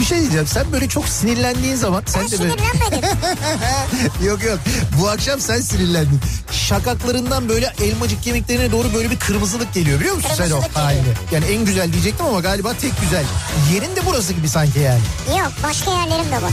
Bir şey diyeceğim sen böyle çok sinirlendiğin zaman sen Ben de böyle... sinirlenmedim. yok yok bu akşam sen sinirlendin. Şakaklarından böyle elmacık kemiklerine doğru böyle bir kırmızılık geliyor biliyor musun sen o Kırmızılık geliyor. halini? Yani en güzel diyecektim ama galiba tek güzel. Yerin de burası gibi sanki yani. Yok başka yerlerim de var.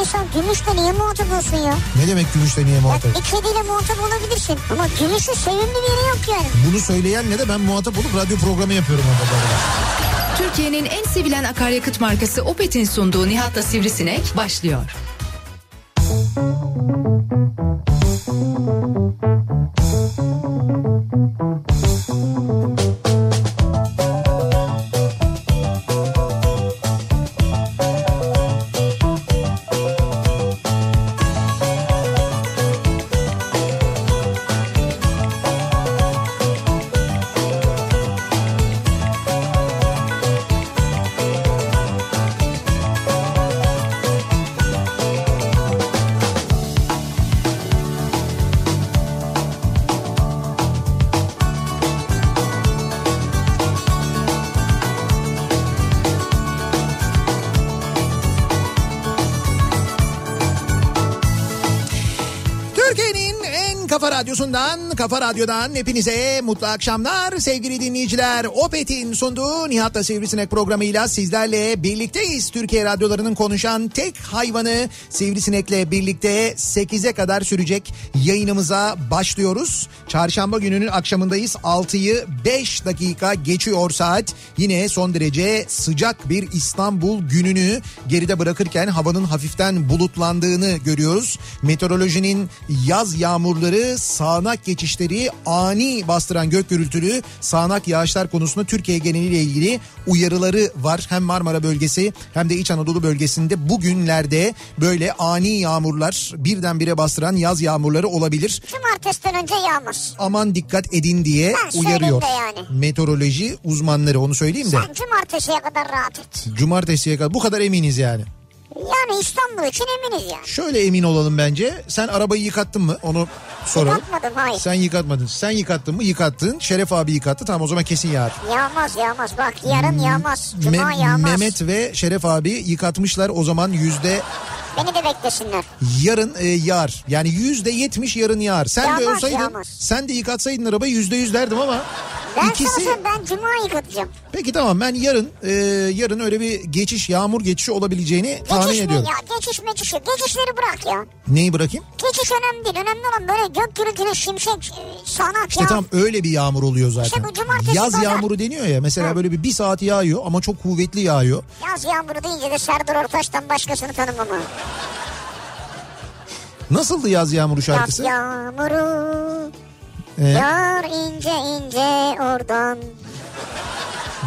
İnsan gümüşle niye muhatap olsun ya? Ne demek gümüşle niye Ya muhatap? bir kediyle muhatap olabilirsin. Ama gümüşün sevimli bir yeri yok yani. Bunu söyleyenle de ben muhatap olup radyo programı yapıyorum orada. bu arada. Türkiye'nin en sevilen akaryakıt markası Opet'in sunduğu Nihat'la Sivrisinek başlıyor. Türkiye'nin en kafa radyosundan, kafa radyodan hepinize mutlu akşamlar. Sevgili dinleyiciler, Opet'in sunduğu Nihat'la Sivrisinek programıyla sizlerle birlikteyiz. Türkiye radyolarının konuşan tek hayvanı Sivrisinek'le birlikte 8'e kadar sürecek yayınımıza başlıyoruz. Çarşamba gününün akşamındayız. 6'yı 5 dakika geçiyor saat. Yine son derece sıcak bir İstanbul gününü geride bırakırken havanın hafiften bulutlandığını görüyoruz. Meteorolojinin yaz yağmurları, sağanak geçişleri, ani bastıran gök gürültülü sağanak yağışlar konusunda Türkiye geneliyle ilgili uyarıları var. Hem Marmara bölgesi hem de İç Anadolu bölgesinde bugünlerde böyle ani yağmurlar birdenbire bastıran yaz yağmurları olabilir Cumartesiden önce yağmur. aman dikkat edin diye Ben söyledim uyarıyor. de yani. Meteoroloji uzmanları onu söyleyeyim de. Sen cumartesiye kadar rahat et. Cumartesiye kadar bu kadar eminiz yani. Yani İstanbul için eminiz yani. Şöyle emin olalım bence. Sen arabayı yıkattın mı? Onu soralım. Yıkatmadım, hayır. Sen yıkatmadın. Sen yıkattın mı? Yıkattın. Şeref abi yıkattı. Tamam o zaman kesin yağar. Yağmaz yağmaz bak yarın yağmaz. Cuma Hmm. Me- yağmaz. Mehmet ve Şeref abi yıkatmışlar. O zaman yüzde Beni de beklesinler. yarın e, yağar. Yani yüzde yetmiş yarın yağar. Sen de Yağmaz, olsaydın yağmaz. sen de yıkatsaydın arabayı yüzde yüz derdim ama Ben ikisi... sana söyleyeyim, ben cuma yıkatacağım. Peki tamam ben yarın e, yarın öyle bir geçiş yağmur geçişi olabileceğini tahmin Geçiş ne ediyorum. ya? Geçiş meçiş yok. Geçişleri bırak ya. Neyi bırakayım? Geçiş önemli değil. Önemli olan böyle gök gürültüyle şimşek, e, sağanak İşte ya. tam öyle bir yağmur oluyor zaten. İşte bu cumartesi Yaz pazar. yağmuru deniyor ya mesela böyle bir, bir saat yağıyor ama çok kuvvetli yağıyor. Yaz yağmuru deyince de Serdar Ortaç'tan başkasını tanımam. ha. Nasıldı yaz yağmuru Yaz şarkısı? yağmuru Ee, yağar ince ince oradan.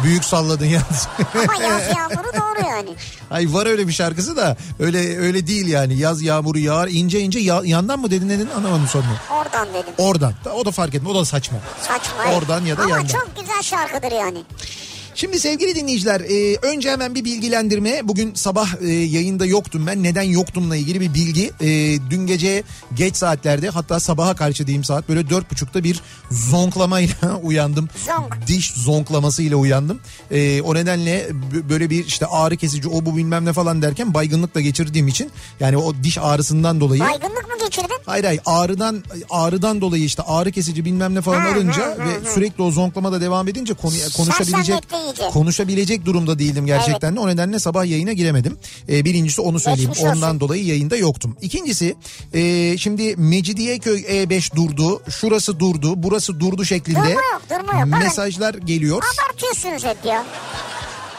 büyük salladın yaz. Ama yaz yağmuru doğru yani. Ay var öyle bir şarkısı da öyle öyle değil yani. Yaz yağmuru yağar ince ince ya- yandan mı dedin dedin anlamadım sonunu. Oradan dedim. Oradan. O da fark etme o da saçma. Saçma. Oradan ya da Ama yandan. çok güzel şarkıdır yani. Şimdi sevgili dinleyiciler e, önce hemen bir bilgilendirme. Bugün sabah e, yayında yoktum ben. Neden yoktumla ilgili bir bilgi. E, dün gece geç saatlerde hatta sabaha karşı diyeyim saat böyle dört buçukta bir zonklamayla uyandım. Zonk. Diş zonklamasıyla uyandım. E, o nedenle b- böyle bir işte ağrı kesici o bu bilmem ne falan derken baygınlıkla geçirdiğim için yani o diş ağrısından dolayı. Baygınlık mı geçirdin? Hayır hayır ağrıdan ağrıdan dolayı işte ağrı kesici bilmem ne falan Hı, alınca hı, hı, ve hı. sürekli o zonklama da devam edince konu, konuşabilecek Sersemletti iyice. konuşabilecek durumda değildim gerçekten de o nedenle sabah yayına giremedim. Ee, birincisi onu söyleyeyim. Geçmiş olsun. Ondan dolayı yayında yoktum. İkincisi e, şimdi Mecidiyeköy E5 durdu. Şurası durdu. Burası durdu şeklinde Durma yok, durma yok. Bakın. mesajlar geliyor. Abartıyorsunuz hep ya.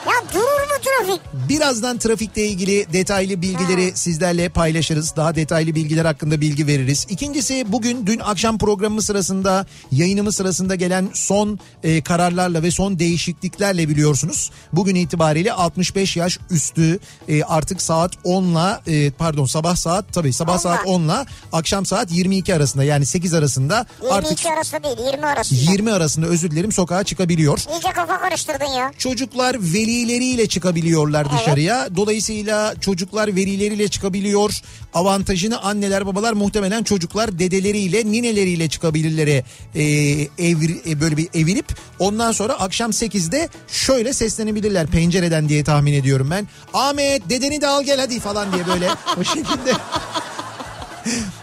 Ya durur mu trafik? Birazdan trafikle ilgili detaylı bilgileri sizlerle paylaşırız. Daha detaylı bilgiler hakkında bilgi veririz. İkincisi bugün dün akşam programı sırasında yayınımız sırasında gelen son e, kararlarla ve son değişikliklerle biliyorsunuz. Bugün itibariyle 65 yaş üstü e, artık saat 10'la e, pardon sabah saat tabii sabah saat 10'la akşam saat 22 arasında yani 8 arasında 22 artık arası değil 20 arası. 20 arasında özür dilerim sokağa çıkabiliyor. İyice kafa karıştırdın ya. Çocuklar velileriyle çıkabiliyorlar dışarıya. Dolayısıyla çocuklar velileriyle çıkabiliyor. Avantajını anneler babalar muhtemelen çocuklar dedeleriyle nineleriyle çıkabilirlere e, evri- e, böyle bir evinip ondan sonra akşam 8'de şöyle seslenebilirler pencereden diye tahmin ediyorum ben. Ahmet dedeni de al gel hadi falan diye böyle o şekilde.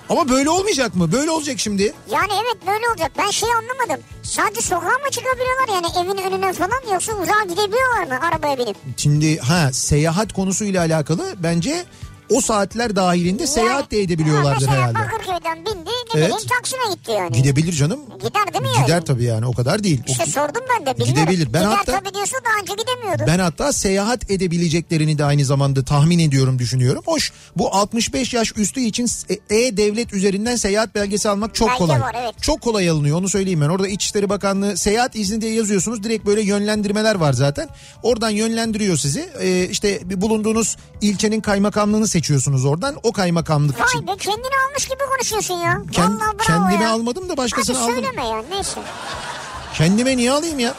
Ama böyle olmayacak mı? Böyle olacak şimdi. Yani evet böyle olacak. Ben şey anlamadım. Sadece sokağa mı çıkabiliyorlar yani evin önüne falan yoksa uzağa gidebiliyorlar mı arabaya binip? Şimdi ha seyahat konusuyla alakalı bence o saatler dahilinde seyahat de edebiliyorlardır ha, herhalde. Mesela Bakırköy'den bindi ne Evet. bileyim Taksim'e gitti yani. Gidebilir canım. Gider değil mi yani? Gider tabii yani o kadar değil. O- İşte sordum ben de bilmiyorum. Gidebilir. Ben Gider hatta- tabii diyorsa daha önce gidemiyordu. Ben hatta seyahat edebileceklerini de aynı zamanda tahmin ediyorum, düşünüyorum. Hoş bu 65 yaş üstü için e, E-Devlet üzerinden seyahat belgesi almak çok Belge kolay. var, evet. Çok kolay alınıyor onu söyleyeyim ben. Orada İçişleri Bakanlığı seyahat izni diye yazıyorsunuz. Direkt böyle yönlendirmeler var zaten. Oradan yönlendiriyor sizi. Ee, işte bir bulunduğunuz ilçenin kaymakamlığını seçiyorsunuz oradan. O kaymakamlık Vay için. be kendini almış gibi konuşuyorsun ya. Kend- Vallahi bravo kendimi ya. almadım da Hadi başkasını aldım. söyleme ya neyse. Kendime niye alayım ya?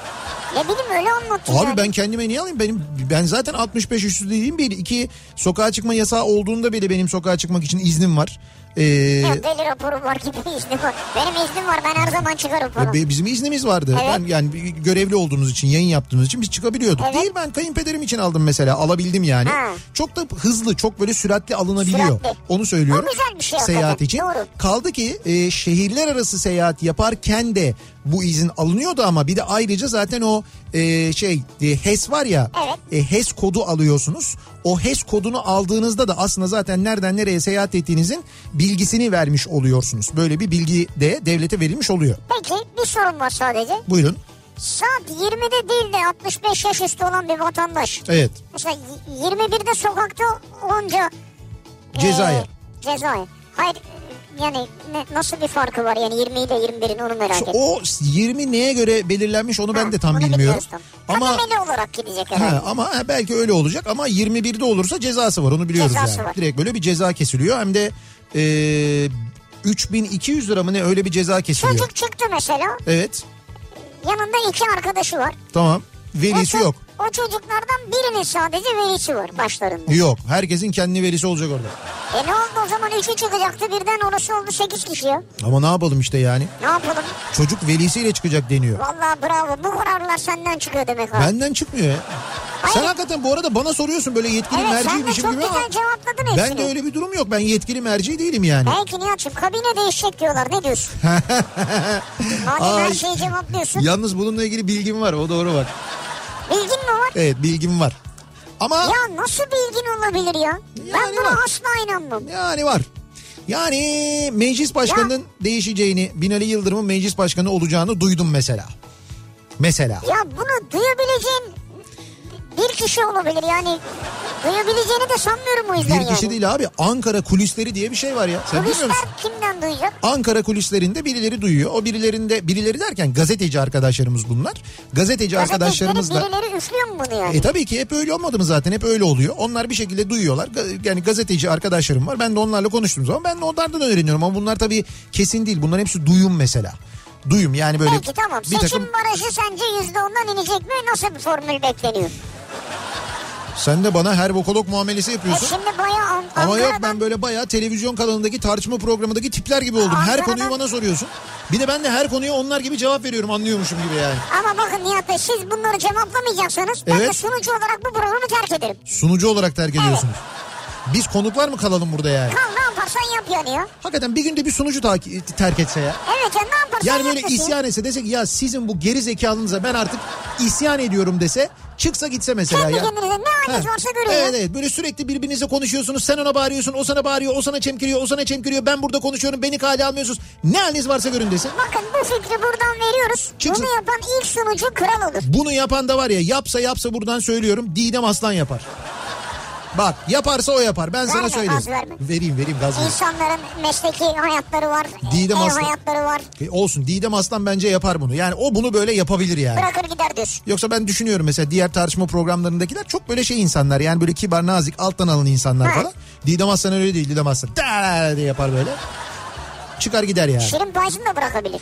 Ne bileyim öyle anlattın Abi yani. ben kendime niye alayım? Benim ben zaten 65 üstü değilim bir. iki sokağa çıkma yasağı olduğunda bile benim sokağa çıkmak için iznim var. Ee, Ya deli raporum var gibi iznim var. Benim iznim var ben her zaman çıkarım falan. be- bizim iznimiz vardı. Evet. Ben yani bir- görevli olduğumuz için, yayın yaptığımız için biz çıkabiliyorduk. Evet. Değil ben kayınpederim için aldım mesela. Alabildim yani. Ha. Çok da hızlı, çok böyle süratli alınabiliyor. Süratli. Onu söylüyorum. O güzel bir şey seyahat hakikaten. için. Doğru. Kaldı ki e, şehirler arası seyahat yaparken de bu izin alınıyordu ama bir de ayrıca zaten o e, şey e, HES var ya e, HES kodu alıyorsunuz. O HES kodunu aldığınızda da aslında zaten nereden nereye seyahat ettiğinizin bilgisini vermiş oluyorsunuz. Böyle bir bilgi de devlete verilmiş oluyor. Peki bir sorun var sadece. Buyurun. Saat 20'de değil de 65 yaş üstü olan bir vatandaş. Evet. Mesela y- 21'de sokakta olunca... e, Cezaya. cezaya. Hayır e, yani ne- nasıl bir farkı var yani 20 ile 21'in onu merak Şu- ettim. O 20 neye göre belirlenmiş onu ben de tam bilmiyorum. Ama... Ama Kademeli olarak gidecek herhalde. Ha, ama ha, belki öyle olacak ama 21'de olursa cezası var onu biliyoruz Cezası yani. var. Direkt böyle bir ceza kesiliyor hem de e, 3200 lira mı ne öyle bir ceza kesiliyor. Çocuk çıktı mesela Evet yanında iki arkadaşı var. tamam velisi O ço- yok. O çocuklardan birinin sadece velisi var başlarında. Yok herkesin kendi velisi olacak orada. E ne oldu o zaman üçü çıkacaktı birden orası oldu 8 kişi ya. Ama ne yapalım işte yani Ne yapalım? çocuk velisiyle çıkacak deniyor. Vallahi bravo bu kararlar senden çıkıyor demek abi. Benden çıkmıyor ya. Sen Hayır. hakikaten bu arada bana soruyorsun böyle yetkili Evet sen de merciymişim çok gibi güzel ama cevapladın ben hepsini. de öyle bir durum yok. Ben yetkili merci değilim yani. Belki Nihat'cığım kabine değişecek diyorlar ne diyorsun? Madem her Ay. şeyi cevaplıyorsun. Yalnız bununla ilgili bilgim var o doğru bak. Bilgin mi var? Evet bilgim var. Ama Ya nasıl bilgin olabilir ya? ben Yani buna var. asla inanmam. yani var. Yani meclis başkanının değişeceğini, Binali Yıldırım'ın meclis başkanı olacağını duydum mesela. Mesela. Ya bunu duyabileceğin bir kişi olabilir yani. Duyabileceğini de sanmıyorum o yüzden Bir kişi yani. değil abi. Ankara kulisleri diye bir şey var ya. Sen bilmiyor musun? Polisler kimden duyacak? Ankara kulislerinde birileri duyuyor. O birilerinde birileri derken gazeteci arkadaşlarımız bunlar. Gazeteci arkadaşlarımızla Gazetecileri birileri üflüyor mu bunu yani? E tabii ki hep öyle olmadı mı zaten hep öyle oluyor. Onlar bir şekilde duyuyorlar. Ga- Yani gazeteci arkadaşlarım var. Ben de onlarla konuştuğum zaman ben de onlardan öğreniyorum. Ama bunlar tabii kesin değil. Bunların hepsi duyum mesela. Duyum yani böyle Peki tamam. bir Seçim takım... barajı sence yüzde ondan inecek mi? Nasıl bir formül bekleniyor? Sen de bana her vokolog muamelesi E yapıyorsun. şimdi bayağı An- Ama yok Ankara'dan- ben böyle bayağı televizyon kanalındaki tartışma programındaki tipler gibi oldum. Her Ankara'dan- konuyu bana soruyorsun. Bir de ben de her konuya onlar gibi cevap veriyorum anlıyormuşum gibi yani. Ama bakın Nihat Bey siz bunları cevaplamayacaksınız. Ben de Evet. sunucu olarak bu programı terk ederim. Sunucu olarak terk ediyorsunuz. Biz konuklar mı kalalım burada yani? Kal ne yaparsan yap yani ya. Hakikaten bir günde bir sunucu taki- terk etse ya. Evet ya ne yaparsan Yani yap böyle desin. isyan etse desek ya sizin bu geri zekalınıza ben artık isyan ediyorum dese Çıksa gitse mesela Kendi ya. kendinize ne haliniz Ha. varsa görün. Evet evet böyle sürekli birbirinizle konuşuyorsunuz. Sen ona bağırıyorsun, o sana bağırıyor, o sana çemkiriyor, o sana çemkiriyor. Ben burada konuşuyorum, beni kale almıyorsunuz. Ne haliniz varsa görün desin. Bakın bu fikri buradan veriyoruz. Çıksın. Bunu yapan ilk sunucu kral olur. Bunu yapan da var ya yapsa yapsa buradan söylüyorum Didem Aslan yapar. Bak yaparsa o yapar. Ben sana Verme, söyleyeyim. gaz verme. Vereyim vereyim gaz vereyim. İnsanların mesleki hayatları var. Didem ev Aslan. hayatları var. E, Olsun Didem Aslan bence yapar bunu. Yani o bunu böyle yapabilir yani. Bırakır gider diyorsun. Yoksa ben düşünüyorum mesela diğer tartışma programlarındakiler çok böyle şey insanlar. Yani böyle kibar nazik alttan alın insanlar Ha. falan. Didem Aslan öyle değil Didem Aslan. "Da!" diye yapar böyle. Çıkar gider yani. Şirin Baycım da bırakabilir.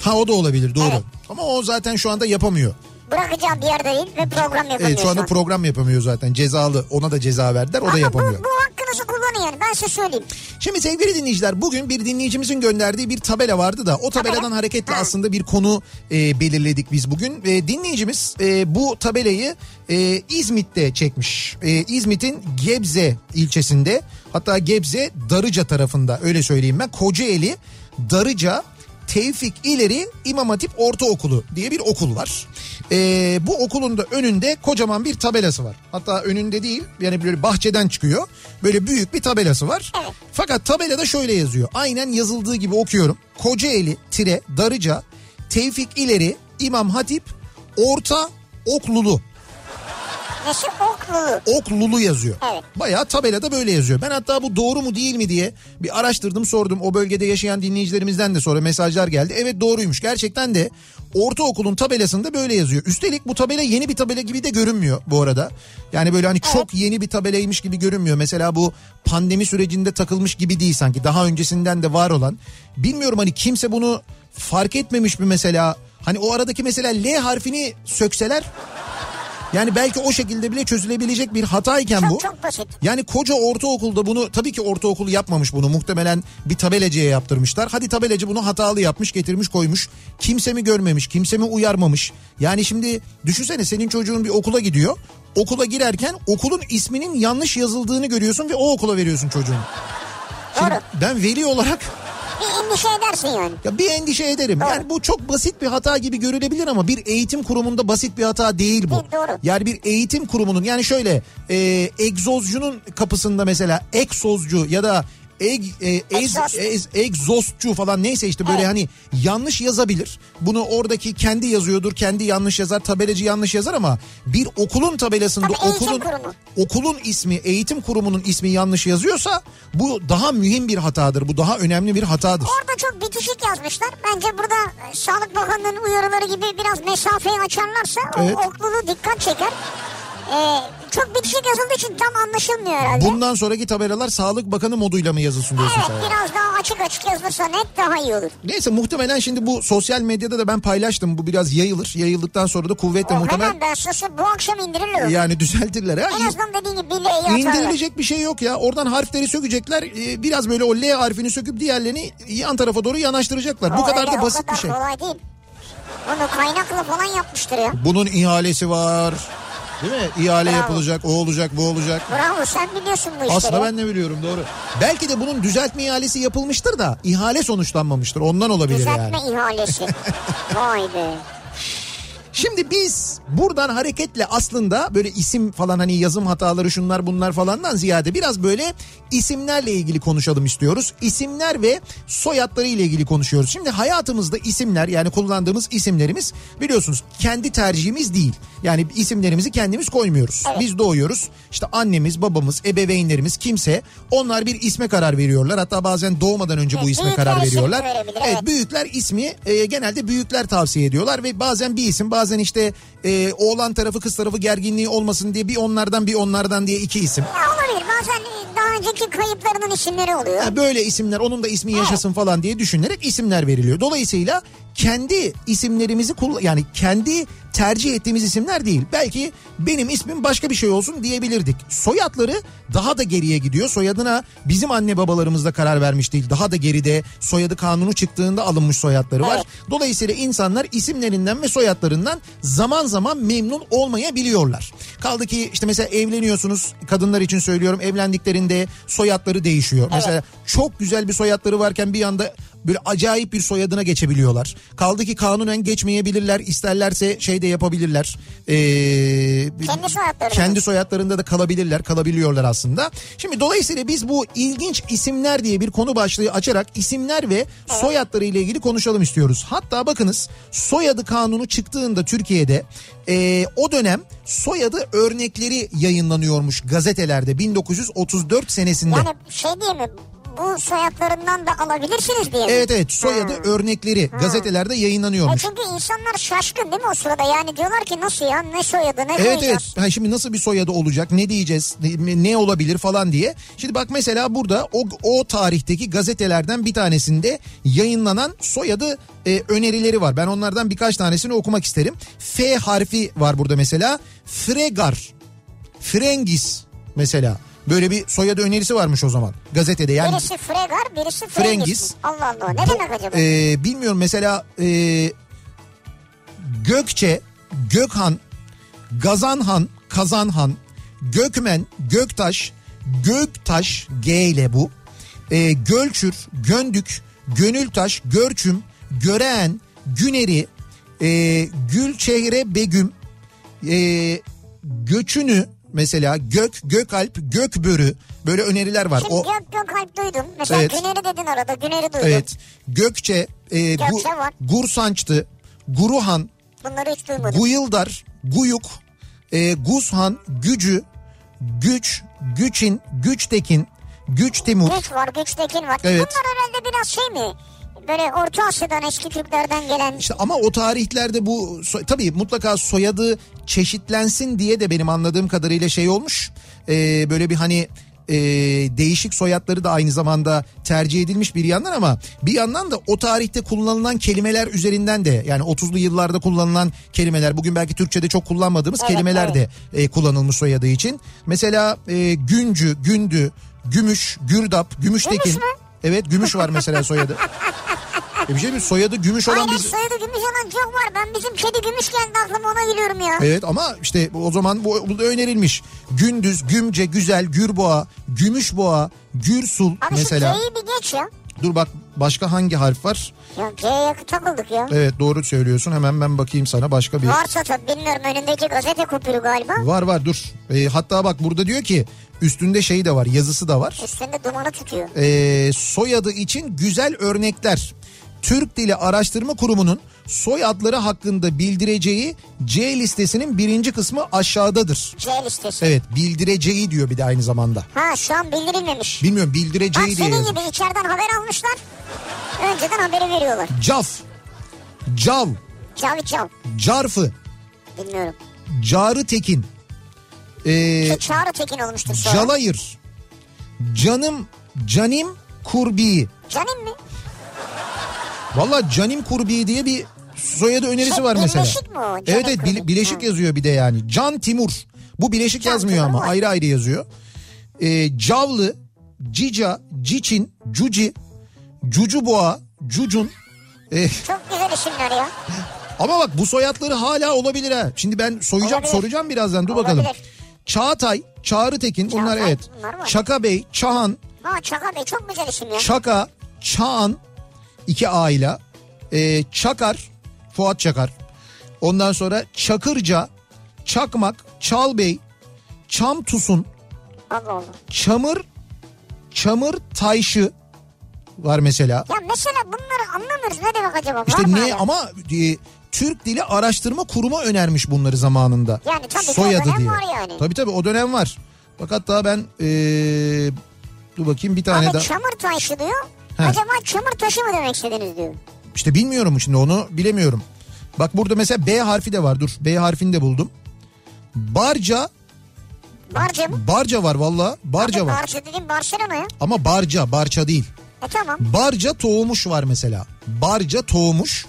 Ha o da olabilir doğru. Şey- Evet. Ama o zaten şu anda yapamıyor. Bırakacağı bir yerde değil ve program yapamıyor. Evet şu anda an. program yapamıyor zaten. Cezalı ona da ceza verdiler o da Ama yapamıyor. bu, bu hakkınızı kullanın yani ben size söyleyeyim. Şimdi sevgili dinleyiciler bugün bir dinleyicimizin gönderdiği bir tabela vardı da o tabeladan Tabela. hareketle Ha. aslında bir konu e, belirledik biz bugün. E, dinleyicimiz e, bu tabelayı e, İzmit'te çekmiş. E, İzmit'in Gebze ilçesinde hatta Gebze Darıca tarafında öyle söyleyeyim ben Kocaeli Darıca Tevfik İleri İmam Hatip Ortaokulu diye bir okul var. Ee, bu okulun da önünde kocaman bir tabelası var. Hatta önünde değil yani böyle bahçeden çıkıyor. Böyle büyük bir tabelası var. Evet. Fakat tabelada şöyle yazıyor. Aynen yazıldığı gibi okuyorum. Kocaeli, Tire, Darıca, Tevfik İleri, İmam Hatip, Orta Oklulu. Nesi oklulu. Oklulu yazıyor. Evet. Bayağı tabelada böyle yazıyor. Ben hatta bu doğru mu değil mi diye bir araştırdım sordum. O bölgede yaşayan dinleyicilerimizden de sonra mesajlar geldi. Evet doğruymuş. Gerçekten de ortaokulun tabelasında böyle yazıyor. Üstelik bu tabela yeni bir tabela gibi de görünmüyor bu arada. Yani böyle hani çok yeni bir tabelaymış gibi görünmüyor. Mesela bu pandemi sürecinde takılmış gibi değil sanki. Daha öncesinden de var olan. Bilmiyorum hani kimse bunu fark etmemiş mi mesela? Hani o aradaki mesela L harfini sökseler yani belki o şekilde bile çözülebilecek bir hatayken Çok bu. çok basit. Yani koca ortaokulda bunu tabii ki ortaokulu yapmamış bunu muhtemelen bir tabelacıya yaptırmışlar. Hadi tabelacı bunu hatalı yapmış getirmiş koymuş. Kimse mi görmemiş kimse mi uyarmamış. Yani şimdi düşünsene senin çocuğun bir okula gidiyor. Okula girerken okulun isminin yanlış yazıldığını görüyorsun ve o okula veriyorsun çocuğunu. Şimdi Doğru. ben veli olarak Bir endişe edersin yani. ya bir endişe ederim. Doğru. Yani bu çok basit bir hata gibi görülebilir ama bir eğitim kurumunda basit bir hata değil bu. Değil, doğru. Yani bir eğitim kurumunun yani şöyle e, egzozcunun kapısında mesela egzozcu ya da eg, e, ez, Egzoz. ez- egzozcu falan neyse işte böyle Evet. hani yanlış yazabilir. Bunu oradaki kendi yazıyordur kendi yanlış yazar tabelacı yanlış yazar ama bir okulun tabelasında Tabii eğitim okulun kurumu. okulun ismi eğitim kurumunun ismi yanlış yazıyorsa bu daha mühim bir hatadır. Bu daha önemli bir hatadır. Orada çok bitişik yazmışlar. Bence burada e, Sağlık Bakanlığı'nın uyarıları gibi biraz mesafeyi açarlarsa Evet. o oklulu dikkat çeker. Ee, çok bitişik yazıldığı için tam anlaşılmıyor herhalde. Bundan sonraki tabelalar Sağlık Bakanı moduyla mı yazılsın diyorsun Evet sen? yani? biraz daha açık açık yazılırsa net daha iyi olur. Neyse muhtemelen şimdi bu sosyal medyada da ben paylaştım. Bu biraz yayılır. Yayıldıktan sonra da kuvvetle O muhtemelen hemen ben size bu akşam indirilir o. yani düzeltirler. Ha? En azından dediğin gibi bir E L'yi atarlar. İndirilecek bir şey yok ya. Oradan harfleri sökecekler. Ee, Biraz böyle o L harfini söküp diğerlerini yan tarafa doğru yanaştıracaklar. Bu O kadar öyle, da o basit bir kadar şey. kolay değil. Bunu kaynakla falan yapmıştır ya. Bunun ihalesi var. Değil mi? İhale Bravo. yapılacak, o olacak, bu olacak. Bravo sen biliyorsun bu işleri. Aslında ben de biliyorum doğru. Belki de bunun düzeltme ihalesi yapılmıştır da ihale sonuçlanmamıştır. Ondan olabilir yani. Düzeltme ihalesi. Vay be. Şimdi biz buradan hareketle aslında böyle isim falan hani yazım hataları şunlar bunlar falandan ziyade biraz böyle isimlerle ilgili konuşalım istiyoruz. İsimler ve soyadları ile ilgili konuşuyoruz. Şimdi hayatımızda isimler yani kullandığımız isimlerimiz biliyorsunuz kendi tercihimiz değil. Yani isimlerimizi kendimiz koymuyoruz. Evet. Biz doğuyoruz. İşte annemiz, babamız, ebeveynlerimiz kimse onlar bir isme karar veriyorlar. Hatta bazen doğmadan önce bu Evet, isme büyükler karar isim veriyorlar. verebilir, Evet, evet. büyükler ismi e, genelde büyükler tavsiye ediyorlar ve bazen bir isim bazen işte e, oğlan tarafı kız tarafı gerginliği olmasın diye bir onlardan bir onlardan diye iki isim. Ya olabilir bazen daha önceki kayıplarının isimleri oluyor. Ha, böyle isimler onun da ismi yaşasın falan diye düşünülerek isimler veriliyor. Dolayısıyla kendi isimlerimizi kull- yani kendi tercih ettiğimiz isimler değil. Belki benim ismim başka bir şey olsun diyebilirdik. Soyadları daha da geriye gidiyor. Soyadına bizim anne babalarımız da karar vermiş değil. Daha da geride soyadı kanunu çıktığında alınmış soyadları var. Evet. Dolayısıyla insanlar isimlerinden ve soyadlarından zaman zaman memnun olmayabiliyorlar. Kaldı ki işte mesela evleniyorsunuz kadınlar için söylüyorum evlendiklerinde soyadları değişiyor. Mesela çok güzel bir soyadları varken bir anda böyle acayip bir soyadına geçebiliyorlar. Kaldı ki kanunen geçmeyebilirler. İsterlerse şey de yapabilirler. Ee, Kendi soyadlarında. Kendi soyadlarında da kalabilirler. Kalabiliyorlar aslında. Şimdi dolayısıyla biz bu ilginç isimler diye bir konu başlığı açarak isimler ve soyadları ile ilgili konuşalım istiyoruz. Hatta bakınız soyadı kanunu çıktığında Türkiye'de ee, o dönem soyadı örnekleri yayınlanıyormuş gazetelerde 1934 senesinde. Yani şey diye mi bu soyadlarından da alabilirsiniz diye mi? Evet evet soyadı örnekleri gazetelerde E yayınlanıyormuş. çünkü insanlar şaşkın değil mi o sırada? Yani diyorlar ki nasıl ya ne soyadı ne Evet evet. koyacağız? Ha, şimdi nasıl bir soyadı olacak? Ne diyeceğiz? Ne, ne olabilir falan diye. Şimdi bak mesela burada o o tarihteki gazetelerden bir tanesinde yayınlanan soyadı e, önerileri var. Ben onlardan birkaç tanesini okumak isterim. F harfi var burada mesela. Fregar. Frengis mesela. Böyle bir soyadı önerisi varmış o zaman gazetede. Yani Birisi Fregar birisi Frengis. Frengis. Allah Allah ne demek acaba? Ee, bilmiyorum mesela e, Gökçe, Gökhan, Gazanhan, Kazanhan, Gökmen, Göktaş, Göktaş G ile bu. Ee, Gölçür, Göndük, Gönültaş, Görçüm, Göreğen, Güneri, e, Gülçehre Begüm, e, Göçünü mesela Gök, Gökalp, Gökbörü böyle öneriler var. Şimdi O- gök gök kalp duydum. Mesela Evet. Güner'i dedin arada Güner'i duydum. Evet. Gökçe, e, Gu- Gökçe var. Gursançtı, Guruhan, Bunları hiç duymadım. Guyıldar, Guyuk, e, Guzhan, Gücü, Güç, Güçin, Güçtekin, Güç Timur. Güç var güçtekin var. Evet. Bunlar herhalde biraz şey mi? Böyle Orta Asya'dan eski Türklerden gelen İşte ama o tarihlerde bu so- tabii mutlaka soyadı çeşitlensin diye de benim anladığım kadarıyla şey olmuş. Ee, böyle bir hani e, değişik soyadları da aynı zamanda tercih edilmiş bir yandan ama bir yandan da o tarihte kullanılan kelimeler üzerinden de yani 30'lu yıllarda kullanılan kelimeler bugün belki Türkçe'de çok kullanmadığımız Evet, kelimeler evet. de e, kullanılmış soyadı için. Mesela e, Güncü, Gündü, Gümüş, Gürdap, Gümüştekin. Gümüş mü? Evet Gümüş var mesela soyadı. E bir şey mi? Soyadı Gümüş olan Aynen biz... soyadı gümüş olan çok var. Ben bizim kedi gümüş geldi aklıma ona gülüyorum ya. Evet ama işte o zaman bu, bu da önerilmiş. Gündüz, Gümce, Güzel, Gürboğa, Gümüşboğa, Gürsul Abi mesela. şu şey- G'yi bir geç ya. Dur bak başka hangi harf var? Ya G'ye takıldık ya. Evet doğru söylüyorsun. Hemen ben bakayım sana başka bir. Varsa tabii bilmiyorum önündeki gazete kupürü galiba. Var var dur. E, hatta bak burada diyor ki üstünde şey de var, yazısı da var. Üstünde dumanı tutuyor. e, soyadı için güzel örnekler. Türk Dili Araştırma Kurumu'nun soy adları hakkında bildireceği C listesinin birinci kısmı aşağıdadır. C listesi. Evet bildireceği diyor bir de aynı zamanda. Ha şu an bildirilmemiş. Bilmiyorum Bak bildireceği diye. senin yazıyor. gibi içeriden haber almışlar. Önceden haberi veriyorlar. Caf, Cav, Cavit Cav. Carfı, Bilmiyorum. Carı Tekin, e, Şu Çağrı Tekin olmuştur sonra. Calayır, Canım, Canim Kurbi. Canim mi? Valla Canim Kurbi diye bir soyadı önerisi Şey, var mesela. birleşik mi o? Canim Evet evet bile- Kurbi. bileşik Ha. yazıyor bir de yani. Can Timur. Bu bileşik Can yazmıyor Timur ama var. ayrı ayrı yazıyor. Ee, Cavlı, Cica, Ciçin, Cuci, Cucuboğa, Cucun. Ee, Çok güzel isimler ya. ama bak bu soyadları hala olabilir ha. Şimdi ben soyacağım Olabilir. soracağım birazdan dur Olabilir. bakalım. Çağatay, Çağrıtekin bunlar Çağatay, evet. bunlar var. Çaka Bey, Çahan, Ha Çaka Bey çok güzel isim ya. Çaka, Çağan iki A ile e, Çakar, Fuat Çakar. Ondan sonra Çakırca, Çakmak, Çalbey, Çamtusun, Allah Allah. Çamır, Çamır Tayşı var mesela. Ya mesela bunları anlamıyoruz ne demek acaba? Var İşte mı ne hala? ama e, Türk Dili Araştırma Kurumu önermiş bunları zamanında. Yani tabii ki o Soyadı dönem diye. var yani. Tabii tabii o dönem var. Bak hatta ben e, dur bakayım bir tane Abi daha. çamur taşı diyor. He. Acaba çamur taşı mı demek istediniz diyor. İşte bilmiyorum şimdi onu bilemiyorum. Bak burada mesela B harfi de var. Dur B harfini de buldum. Barca, Barca mı? Barca var valla. Barca Abi var. Barca dedim Barcelona ya. Ama Barca, Barça değil. E tamam. Barca Toğumuş var mesela. Barca Toğumuş.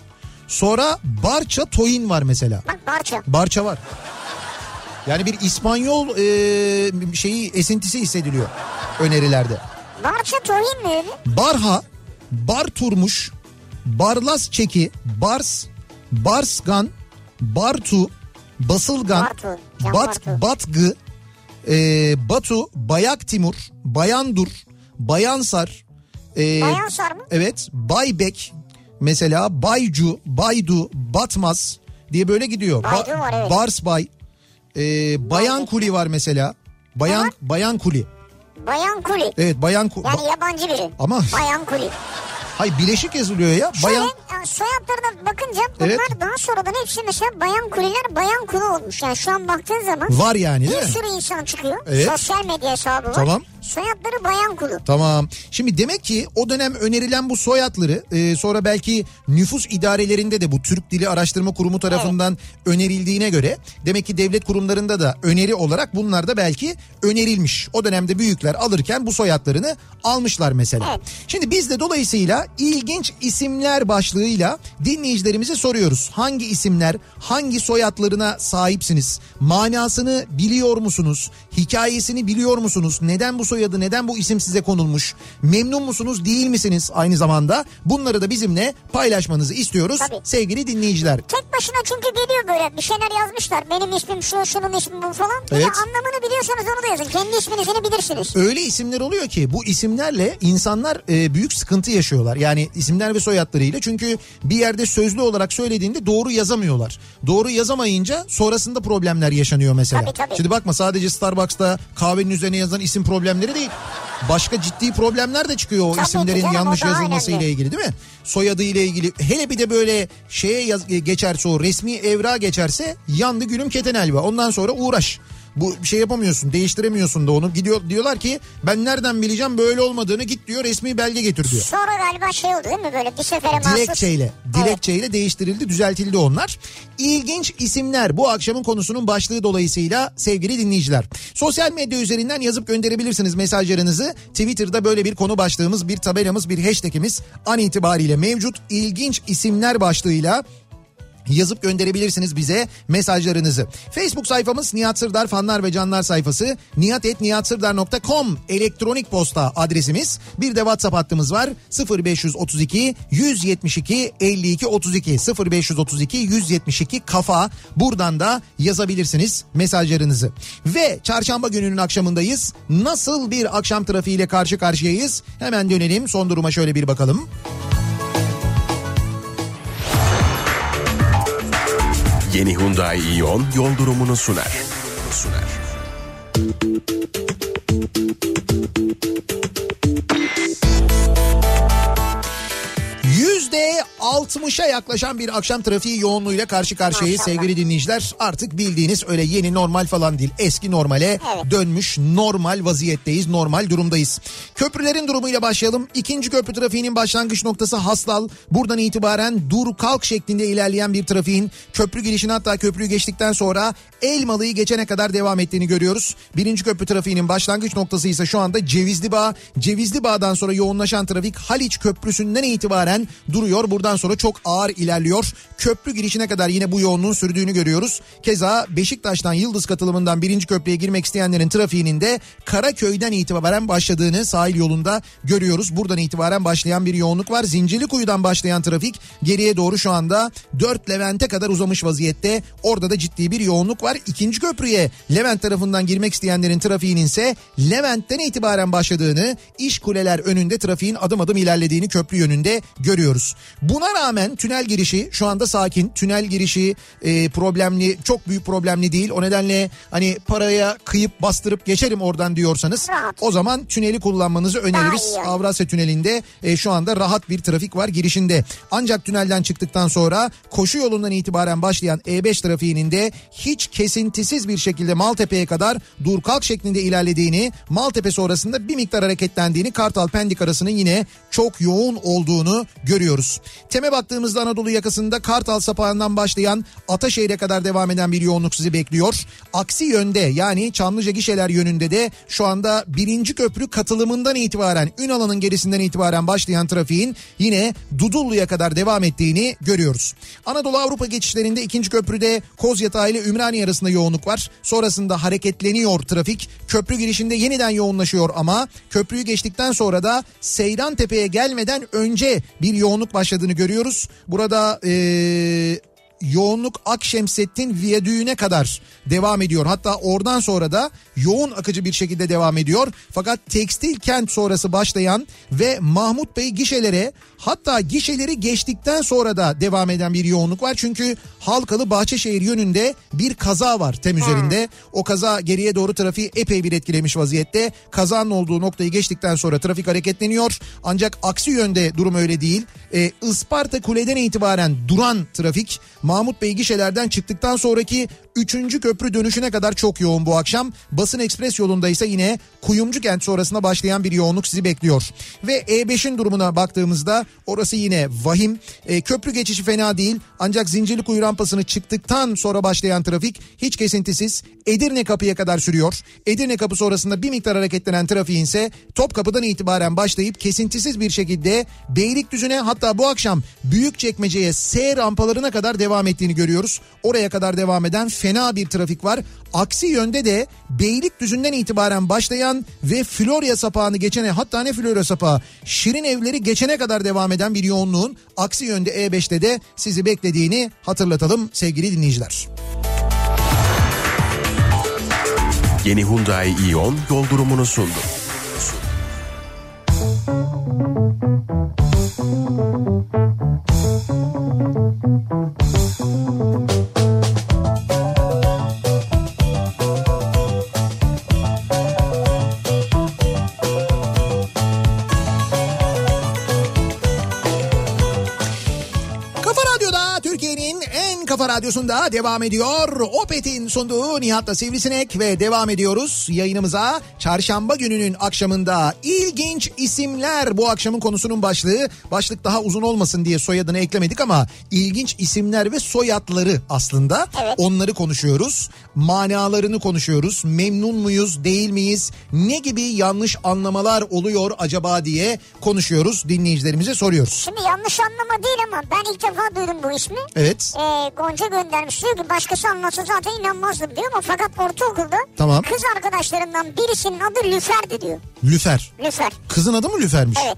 Sonra Barça Toyin var mesela. Bak Barça. Barça var. Yani bir İspanyol e, şeyi esintisi hissediliyor önerilerde. Barça Tohin mi dedi? Barha, Bar Turmuş, Barlas Çeki, Bars, Barsgan, Bartu, Basılgan, Bartu, Bat, Can Bartu. Batgı, e, Batu, Bayak Timur, Bayandur, Bayansar, Ee, Bayonsar mı? Evet. Baybek mesela Baycu, Baydu, Batmaz diye böyle gidiyor. Baydu var, evet. Barsbay. Ee, Bayan Kuli var mesela. Bayan Bayan Kuli. Bayan Kuli. Evet Bayan Kuli. Yani yabancı biri. E, Ama- Bayan Kuli. Hayır birleşik yazılıyor ya. Bayan Şöyle e, soyadlarına bakınca bunlar Evet. daha sonradan hepsi mesela bayan kuliler bayan kulu olmuş. Yani şu an baktığın zaman var yani bir değil mi? sürü insan çıkıyor. Evet. Sosyal medya hesabı var. Tamam. Soyadları bayan kulu. Tamam. Şimdi demek ki o dönem önerilen bu soyadları e, sonra belki nüfus idarelerinde de bu Türk Dili Araştırma Kurumu tarafından önerildiğine göre demek ki devlet kurumlarında da öneri olarak bunlar da belki önerilmiş. O dönemde büyükler alırken bu soyadlarını almışlar mesela. Evet. Şimdi biz de dolayısıyla ilginç isimler başlığıyla dinleyicilerimize soruyoruz. Hangi isimler, hangi soyadlarına sahipsiniz? Manasını biliyor musunuz? Hikayesini biliyor musunuz? Neden bu soyadı, neden bu isim size konulmuş? Memnun musunuz, değil misiniz aynı zamanda? Bunları da bizimle paylaşmanızı istiyoruz Tabii. sevgili dinleyiciler. Tek başına çünkü geliyor böyle bir şeyler yazmışlar. Benim ismim şu, şunun ismi bu falan. Bir de Evet. anlamını biliyorsanız onu da yazın. Kendi isminizini bilirsiniz. Öyle isimler oluyor ki bu isimlerle insanlar e, büyük sıkıntı yaşıyorlar. Yani isimler ve soyadlarıyla çünkü bir yerde sözlü olarak söylediğinde doğru yazamıyorlar. Doğru yazamayınca sonrasında problemler yaşanıyor mesela. Tabii, tabii. Şimdi bakma sadece Starbucks'ta kahvenin üzerine yazılan isim problemleri değil. Başka ciddi problemler de çıkıyor o Tabii ki isimlerin canım, o yanlış daha yazılması önemli. ile ilgili değil mi? Soyadı ile ilgili hele bir de böyle şeye yaz, e, geçerse o resmi evra geçerse yandı gülüm keten helva. Ondan sonra uğraş. Bu şey yapamıyorsun değiştiremiyorsun da onu gidiyor diyorlar ki ben nereden bileceğim böyle olmadığını git diyor resmi belge getir diyor. Sonra galiba şey oldu değil mi böyle bir sefere mahsus. Dilekçeyle, dilekçeyle değiştirildi, düzeltildi onlar. İlginç isimler bu akşamın konusunun başlığı dolayısıyla sevgili dinleyiciler. Sosyal medya üzerinden yazıp gönderebilirsiniz mesajlarınızı. Twitter'da böyle bir konu başlığımız, bir tabelamız, bir hashtagimiz an itibariyle mevcut. İlginç isimler başlığıyla yazıp gönderebilirsiniz bize mesajlarınızı. Facebook sayfamız Nihat Sırdar fanlar ve canlar sayfası nihatetnihatsırdar.com elektronik posta adresimiz. Bir de WhatsApp hattımız var 0532 172 52 32 0532 172 kafa buradan da yazabilirsiniz mesajlarınızı. Ve çarşamba gününün akşamındayız. Nasıl bir akşam trafiğiyle karşı karşıyayız? Hemen dönelim son duruma şöyle bir bakalım. Yeni Hyundai Ion yol durumunu sunar. Sunar. %60'a yaklaşan bir akşam trafiği yoğunluğuyla karşı karşıyayız Maşallah. sevgili dinleyiciler. Artık bildiğiniz öyle yeni normal falan değil. Eski normale Evet. dönmüş normal vaziyetteyiz, normal durumdayız. Köprülerin durumuyla başlayalım. İkinci köprü trafiğinin başlangıç noktası Hastal. Buradan itibaren dur kalk şeklinde ilerleyen bir trafiğin köprü girişini hatta köprüyü geçtikten sonra Elmalı'yı geçene kadar devam ettiğini görüyoruz. Birinci köprü trafiğinin başlangıç noktası ise şu anda Cevizli Bağ. Cevizli Bağ'dan sonra yoğunlaşan trafik Haliç Köprüsü'nden itibaren duruyor. Buradan sonra çok ağır ilerliyor. Köprü girişine kadar yine bu yoğunluğun sürdüğünü görüyoruz. Keza Beşiktaş'tan Yıldız katılımından birinci köprüye girmek isteyenlerin trafiğinin de Karaköy'den itibaren başladığını sahil yolunda görüyoruz. Buradan itibaren başlayan bir yoğunluk var. Zincirlikuyu'dan başlayan trafik geriye doğru şu anda 4 Levent'e kadar uzamış vaziyette. Orada da ciddi bir yoğunluk var. İkinci köprüye Levent tarafından girmek isteyenlerin trafiğinin ise Levent'ten itibaren başladığını, iş kuleler önünde trafiğin adım adım ilerlediğini köprü yönünde görüyoruz. Buna rağmen tünel girişi şu anda sakin. Tünel girişi e, problemli, çok büyük problemli değil. O nedenle hani paraya kıyıp bastırıp geçerim oradan diyorsanız Rahat. o zaman tüneli kullanmanızı öneririz. Daha iyi. Avrasya Tüneli'nde e, şu anda rahat bir trafik var girişinde. Ancak tünelden çıktıktan sonra koşu yolundan itibaren başlayan E5 trafiğinin de hiç kesintisiz bir şekilde Maltepe'ye kadar dur kalk şeklinde ilerlediğini, Maltepe sonrasında bir miktar hareketlendiğini, Kartal Pendik arasının yine çok yoğun olduğunu görüyoruz. Teme baktığımızda Anadolu yakasında Kartal sapağından başlayan Ataşehir'e kadar devam eden bir yoğunluk sizi bekliyor. Aksi yönde yani Çamlıca Gişeler yönünde de şu anda birinci köprü katılımından itibaren Ünalan'ın gerisinden itibaren başlayan trafiğin yine Dudullu'ya kadar devam ettiğini görüyoruz. Anadolu Avrupa geçişlerinde ikinci köprüde Kozyatağı ile Ümraniye arasında yoğunluk var. Sonrasında hareketleniyor trafik. Köprü girişinde yeniden yoğunlaşıyor ama köprüyü geçtikten sonra da Seyran Tepe'ye gelmeden önce bir yoğunluk başladığını görüyoruz. Burada ee, yoğunluk Akşemsettin Viyadüğü'ne kadar devam ediyor. Hatta oradan sonra da yoğun akıcı bir şekilde devam ediyor. Fakat tekstil kent sonrası başlayan ve Mahmut Bey gişelere hatta gişeleri geçtikten sonra da devam eden bir yoğunluk var. Çünkü Halkalı Bahçeşehir yönünde bir kaza var tem üzerinde. O kaza geriye doğru trafiği epey bir etkilemiş vaziyette. Kazanın olduğu noktayı geçtikten sonra trafik hareketleniyor. Ancak aksi yönde durum öyle değil. Ee, Isparta Kule'den itibaren duran trafik Mahmut Bey gişelerden çıktıktan sonraki 3. köprü dönüşüne kadar çok yoğun bu akşam. Basın Ekspres yolunda ise yine Kuyumcu kent sonrasında başlayan bir yoğunluk sizi bekliyor. Ve E5'in durumuna baktığımızda orası yine vahim. Ee, köprü geçişi fena değil ancak Zincirlikuyu rampasını çıktıktan sonra başlayan trafik hiç kesintisiz Edirne kapıya kadar sürüyor. Edirne kapı sonrasında bir miktar hareketlenen trafiğin ise Topkapı'dan itibaren başlayıp kesintisiz bir şekilde Beylikdüzü'ne hatta bu akşam Büyükçekmece'ye S rampalarına kadar devam ettiğini görüyoruz. Oraya kadar devam eden fena bir trafik var. Aksi yönde de Beylikdüzü'nden itibaren başlayan ve Florya sapağını geçene hatta ne Florya sapağı Şirin evleri geçene kadar devam eden bir yoğunluğun aksi yönde E5'te de sizi beklediğini hatırlatalım sevgili dinleyiciler. Yeni Hyundai Ion yol durumunu sundu. Kafa Radyo'da Türkiye'nin en kafa radyosunda devam ediyor. Opet'in sunduğu Nihat'la Sivrisinek ve devam ediyoruz yayınımıza. Çarşamba gününün akşamında ilginç isimler bu akşamın konusunun başlığı. Başlık daha uzun olmasın diye soyadını eklemedik ama ilginç isimler ve soyadları aslında. Evet. Onları konuşuyoruz. Manalarını konuşuyoruz. Memnun muyuz, değil miyiz? Ne gibi yanlış anlamalar oluyor acaba diye konuşuyoruz. Dinleyicilerimize soruyoruz. Şimdi yanlış anlama değil ama ben ilk defa duydum bu ismi. Evet. Ee, Gonca göndermiş diyor ki başkası anlatsa zaten inanmazdım diyor ama fakat ortaokulda Tamam. kız arkadaşlarımdan birisinin adı Lüfer'di diyor. Lüfer. Lüfer. Kızın adı mı Lüfer'miş? Evet.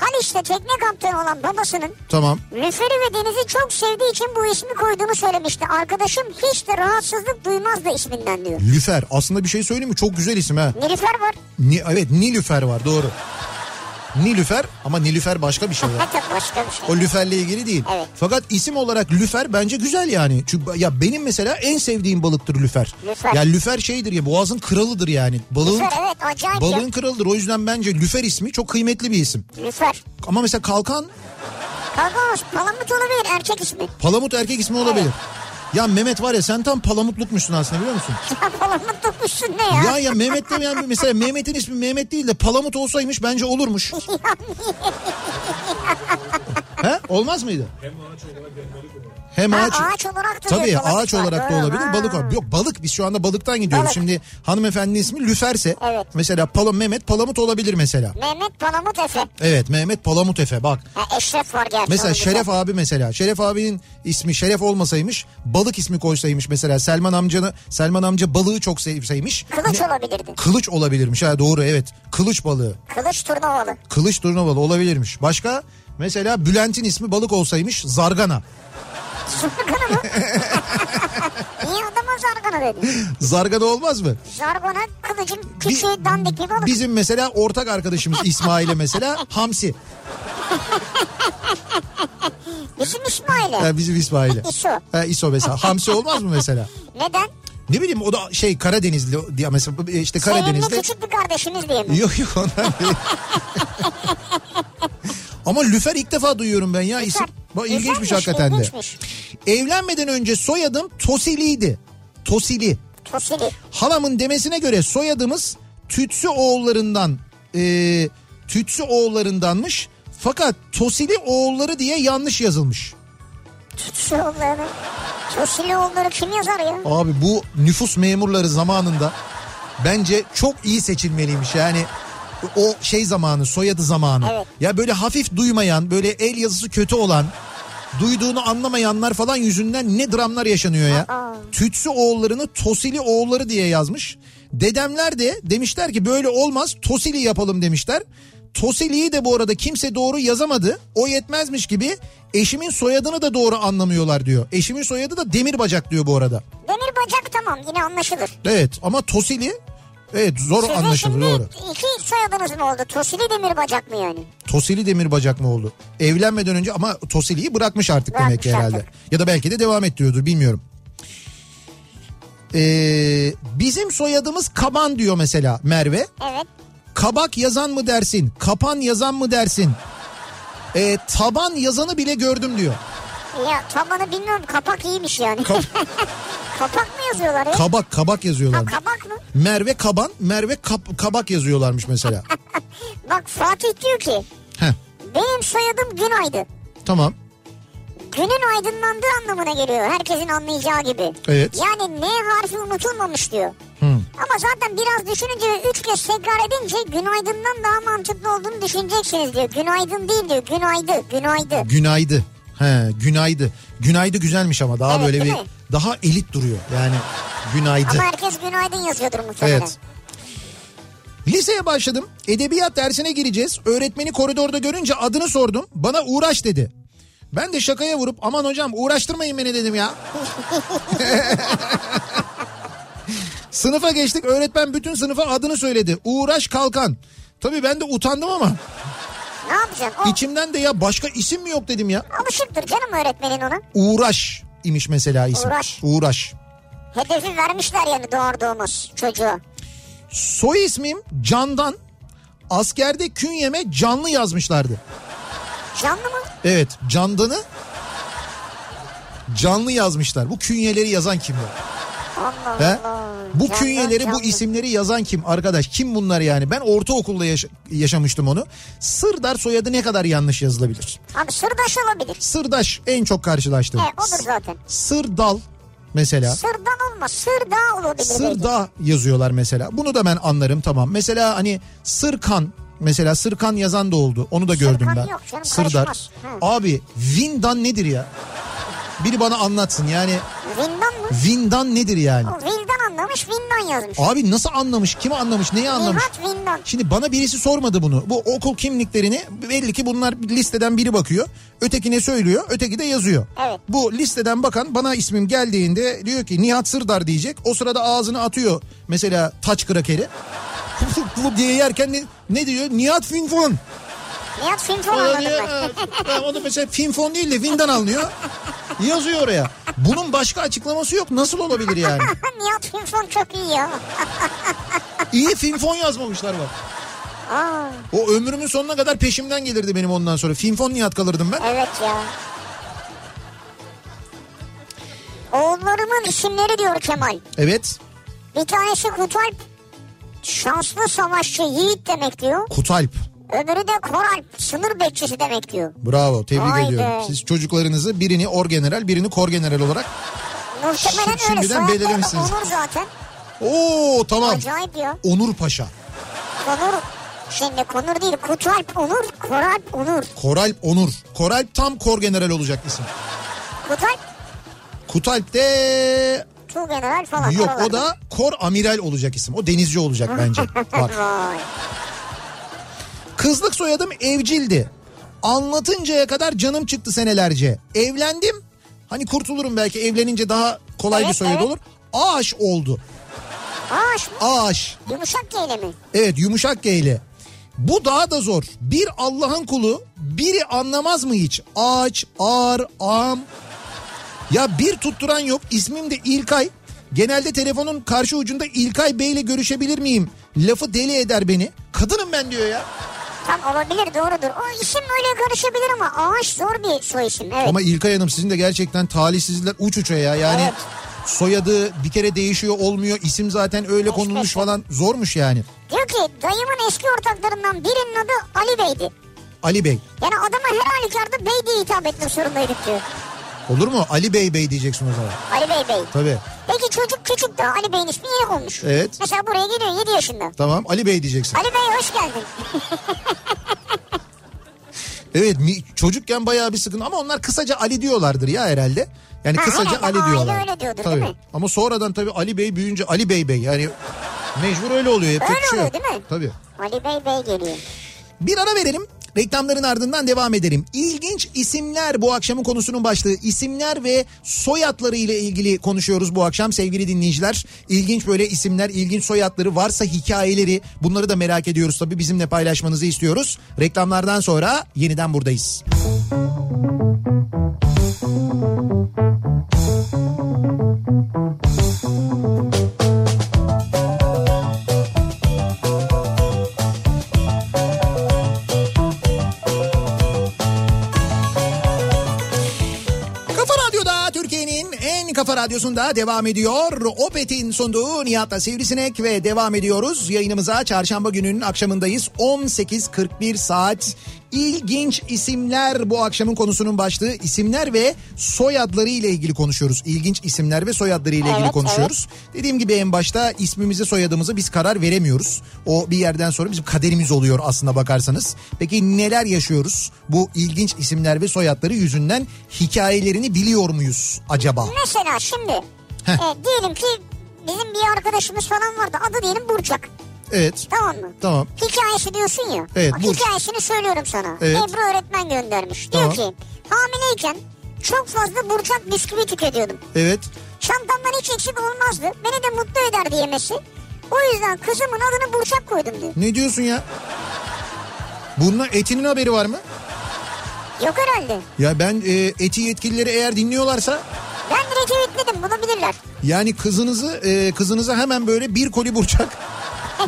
Haliç'te tekne kaptanı olan babasının Tamam. Lüfer'i ve denizi çok sevdiği için bu ismi koyduğunu söylemişti. Arkadaşım hiç de rahatsızlık duymazdı isminden diyor. Lüfer. Aslında bir şey söyleyeyim mi? Çok güzel isim ha. Nilüfer var. Ni, evet Nilüfer var doğru. Nilüfer ama Nilüfer başka bir şey var. Hatta başka bir şey. O Lüfer'le ilgili değil. Evet. Fakat isim olarak Lüfer bence güzel yani. Çünkü ya benim mesela en sevdiğim balıktır Lüfer. Lüfer. Ya Lüfer şeydir ya boğazın kralıdır yani. Balığın Lüfer evet acayip balığın kralıdır. O yüzden bence Lüfer ismi çok kıymetli bir isim. ya. Lüfer. Ama mesela kalkan Kalkamamış. Palamut olabilir erkek ismi. palamut erkek ismi olabilir. Ya Mehmet var ya sen tam palamutlukmuşsun aslında biliyor musun? Ya Palamut dokuzsun ne ya? Ya ya Mehmet demeyen mesela Mehmet'in ismi Mehmet değil de Palamut olsaymış bence olurmuş. He? Olmaz mıydı? Hem Ha, ağaç olarak ağaç olarak da Tabii diyor, balık ağaç var, olarak da doğru. olabilir. Ha. Balık var. Yok balık biz şu anda balıktan gidiyoruz. Balık. Şimdi hanımefendinin ismi Lüferse Evet. mesela Palam Mehmet Palamut olabilir mesela. Mehmet Palamut Efe. Evet Mehmet Palamut Efe bak. Ha, Eşref var gerçi. Mesela onu güzel. Şeref abi mesela. Şeref abinin ismi Şeref olmasaymış balık ismi koysaymış mesela Selman amcanı Selman amca balığı çok sevseymiş. Kılıç olabilirdi. Kılıç olabilirmiş ha doğru evet. Kılıç balığı. Kılıç turnovalı. Kılıç turnuvalı olabilirmiş. Başka mesela Bülent'in ismi balık olsaymış zargana. Zargana mı? Niye adama zargana dedin? Zargana olmaz mı? Zargana kılıcın Bi- küçüğü dandik bir balık. Bizim mesela ortak arkadaşımız İsmail'e mesela hamsi. Bizim İsmail'e. Ha, bizim İsmail'e. İso. Ha, İso mesela. Hamsi olmaz mı mesela? Neden? Ne bileyim o da şey Karadenizli diye mesela e, işte Sevimli Karadenizli. küçük bir kardeşimiz diye mi? Yok yok ondan değil. Ama lüfer ilk defa duyuyorum ben ya. İsim, bak, ilginçmiş Güzelmiş, hakikaten de. ilginçmiş. Evlenmeden önce soyadım Tosili'ydi. Tosili. Tosili. Halamın demesine göre soyadımız Tütsü oğullarından e, Tütsü oğullarındanmış. Fakat Tosili oğulları diye yanlış yazılmış. Tütsü oğulları. Tosili oğulları kim yazar ya? Abi bu nüfus memurları zamanında bence çok iyi seçilmeliymiş. Yani o şey zamanı, soyadı zamanı. Evet. Ya böyle hafif duymayan, böyle el yazısı kötü olan, duyduğunu anlamayanlar falan yüzünden ne dramlar yaşanıyor ya. Aa. Tütsü oğullarını Tosili oğulları diye yazmış. Dedemler de demişler ki böyle olmaz Tosili yapalım demişler. Tosili'yi de bu arada kimse doğru yazamadı. O yetmezmiş gibi eşimin soyadını da doğru anlamıyorlar diyor. Eşimin soyadı da Demirbacak diyor bu arada. Demir bacak tamam yine anlaşılır. Evet ama Tosili evet zor Sizin anlaşılır şimdi doğru. iki soyadınız mı oldu? Tosili demir bacak mı yani? Tosili Demirbacak mı oldu? Evlenmeden önce ama Tosili'yi bırakmış artık demek Bırakmış ki herhalde. artık. Ya da belki de devam ettiriyordur bilmiyorum. Ee, bizim soyadımız Kaban diyor mesela Merve. Evet. Kabak yazan mı dersin? Kapan yazan mı dersin? Ee, taban yazanı bile gördüm diyor. Ya tabanı bilmiyorum kapak iyiymiş yani. Kap- kapak mı yazıyorlar ya? Kabak kabak ha, yazıyorlar. kabak mı? Merve Kaban, Merve Kap- Kabak yazıyorlarmış mesela. Bak Fatih diyor ki Heh, benim soyadım Günaydı. tamam. Günün aydınlandığı anlamına geliyor herkesin anlayacağı gibi. Evet. Yani N harfi unutulmamış diyor. Hı. Ama zaten biraz düşününce ve üç kez tekrar edince günaydından daha mantıklı olduğunu düşüneceksiniz diyor. Günaydın değil diyor. Günaydı. Günaydı. Günaydı. He, günaydı. Günaydı güzelmiş ama daha Evet, böyle bir değil mi? daha elit duruyor. Yani günaydı. Ama herkes günaydın yazıyordur muhtemelen. Evet. Liseye başladım. Edebiyat dersine gireceğiz. Öğretmeni koridorda görünce adını sordum. Bana uğraş dedi. Ben de şakaya vurup aman hocam uğraştırmayın beni dedim ya. Sınıfa geçtik öğretmen bütün sınıfa adını söyledi. Uğraş Kalkan. Tabii ben de utandım ama Ne yapacaksın? O içimden de ya başka isim mi yok dedim ya. alışıktır canım öğretmenin ona. Uğraş imiş mesela isim. Uğraş. Uğraş. Hedefi vermişler yani doğar doğmaz çocuğa. Soy ismim Candan. Askerde künyeme canlı yazmışlardı. Canlı mı? Evet Candan'ı canlı yazmışlar. Bu künyeleri yazan kim ya? Allah He? Allah. Bu Canlı, künyeleri bu canlı. isimleri yazan kim arkadaş? Kim bunlar yani? Ben ortaokulda yaşa- yaşamıştım onu. Sırdar soyadı ne kadar yanlış yazılabilir? Abi sırdaş olabilir. Sırdaş en çok karşılaştığım. E, olur zaten. Sırdal mesela. Sırdan olmaz. Sırda olabilir. belki. Sırda yazıyorlar mesela. Bunu da ben anlarım tamam. Mesela hani Sırkan mesela Sırkan yazan da oldu. Onu da gördüm Sırkan ben. yok canım, Sırdar. karışmaz. Hı. Abi Vindan nedir ya? Biri bana anlatsın yani Vindan mı? Vindan nedir yani? O Vildan anlamış, Vindan yazmış. Abi nasıl anlamış? Kimi anlamış? Neyi anlamış? Nihat Vindan. Şimdi bana birisi sormadı bunu. Bu okul kimliklerini belli ki bunlar listeden biri bakıyor. Ötekine söylüyor. Öteki de yazıyor. Evet. Bu listeden bakan bana ismim geldiğinde diyor ki Nihat Sırdar diyecek. O sırada ağzını atıyor mesela taç krakeri. Bu diye yerken ne, ne diyor? Nihat Finfon. Nihat Finfon anladım ben. Onu mesela Finfon değil de Vindan anlıyor. Yazıyor oraya. Bunun başka açıklaması yok. Nasıl olabilir yani? Nihat Finfon çok iyi ya. İyi Finfon yazmamışlar bak. Aa, O ömrümün sonuna kadar peşimden gelirdi benim ondan sonra. Finfon Nihat kalırdım ben. evet ya. Oğullarımın isimleri diyor Kemal. Evet. Bir tanesi Kutalp. Şanslı savaşçı yiğit demek diyor. Kutalp. Öbürü de Koralp. Sınır bekçisi demek diyor. Bravo tebrik Vay be. ediyorum. Siz çocuklarınızı birini orgeneral birini korgeneral olarak. Muhtemelen Şi- öyle. şimdiden Soyadları da belirlemişsiniz. Onur zaten. Oo tamam. Acayip ya. Onur Paşa. Konur. Şimdi Konur değil. Kutalp Onur. Koralp Onur. Koralp Onur. Koralp tam korgeneral olacak isim. Kutalp Kutalp de Tuğgeneral falan. yok o oralarda. da kor amiral olacak isim. O denizci olacak bence. Bak. Vay. Kızlık soyadım evcildi. Anlatıncaya kadar canım çıktı senelerce. Evlendim. Hani kurtulurum belki evlenince daha kolay bir Evet, soyad evet. olur. Ağaç oldu. Ağaç mı? Ağaç. Yumuşak yeyle mi? Evet yumuşak G ile. Bu daha da zor. Bir Allah'ın kulu biri anlamaz mı hiç? Ağaç, ağır, am. Ya bir tutturan yok. İsmim de İlkay. Genelde telefonun karşı ucunda İlkay Bey ile görüşebilir miyim? Lafı deli eder beni. Kadınım ben diyor ya. Tam olabilir doğrudur. O isim öyle karışabilir ama ağaç zor bir soy isim. Evet. Ama İlkay Hanım sizin de gerçekten talihsizlikler uç uça ya. Yani Evet. soyadı bir kere değişiyor olmuyor. İsim zaten öyle konulmuş peşe. falan. Zormuş yani. Diyor ki dayımın eski ortaklarından birinin adı Ali Bey'di. Ali Bey. Yani adama her halükarda bey diye hitap etmek zorundaydık diyor. Olur mu? Ali Bey Bey diyeceksin o zaman. Ali Bey Bey. Tabii. Peki çocuk küçük daha Ali Bey'in ismi yeni konmuş. Evet. Mesela buraya geliyor 7 yaşında. Tamam Ali Bey diyeceksin. Ali Bey hoş geldin. Evet mi- çocukken bayağı bir sıkıntı ama onlar kısaca Ali diyorlardır ya herhalde. Yani Ha, kısaca evet, Ali aile diyorlar. öyle diyordur, tabii. değil mi? Ama sonradan tabii Ali Bey büyüyünce Ali Bey Bey yani mecbur öyle oluyor. Yapacak Öyle bir şey oluyor yok. değil mi? Tabii. Ali Bey Bey geliyor. Bir ara verelim. Reklamların ardından devam edelim. İlginç isimler bu akşamın konusunun başlığı. İsimler ve soyadları ile ilgili konuşuyoruz bu akşam sevgili dinleyiciler. İlginç böyle isimler, ilginç soyadları varsa hikayeleri bunları da merak ediyoruz tabii bizimle paylaşmanızı istiyoruz. Reklamlardan sonra yeniden buradayız. Kafa Radyo'da Türkiye'nin en kafa radyosunda devam ediyor. Opet'in sunduğu Nihat'la Sivrisinek ve devam ediyoruz. Yayınımıza çarşamba gününün akşamındayız. 18.41 saat. İlginç isimler bu akşamın konusunun başlığı isimler ve soyadları ile ilgili konuşuyoruz. İlginç isimler ve soyadları ile ilgili Evet, konuşuyoruz. Dediğim gibi en başta ismimize soyadımızı biz karar veremiyoruz. O bir yerden sonra bizim kaderimiz oluyor aslında bakarsanız. Peki neler yaşıyoruz bu ilginç isimler ve soyadları yüzünden hikayelerini biliyor muyuz acaba? Mesela şimdi e, diyelim ki bizim bir arkadaşımız falan vardı. Adı diyelim Burçak. Evet. Tamam mı? Tamam. Hikayesi diyorsun ya. Evet, Bak, Burç. hikayesini söylüyorum sana. Evet. Ebru öğretmen göndermiş. Diyor Tamam. ki hamileyken çok fazla burçak bisküvi tüketiyordum. Evet. Çantamdan hiç eksik olmazdı. Beni de mutlu ederdi yemesi. O yüzden kızımın adını burçak koydum diyor. Ne diyorsun ya? Bununla etinin haberi var mı? Yok herhalde. Ya ben e, eti yetkilileri eğer dinliyorlarsa Ben direkt tweetledim bunu bilirler. yani kızınızı e, kızınıza hemen böyle bir koli burçak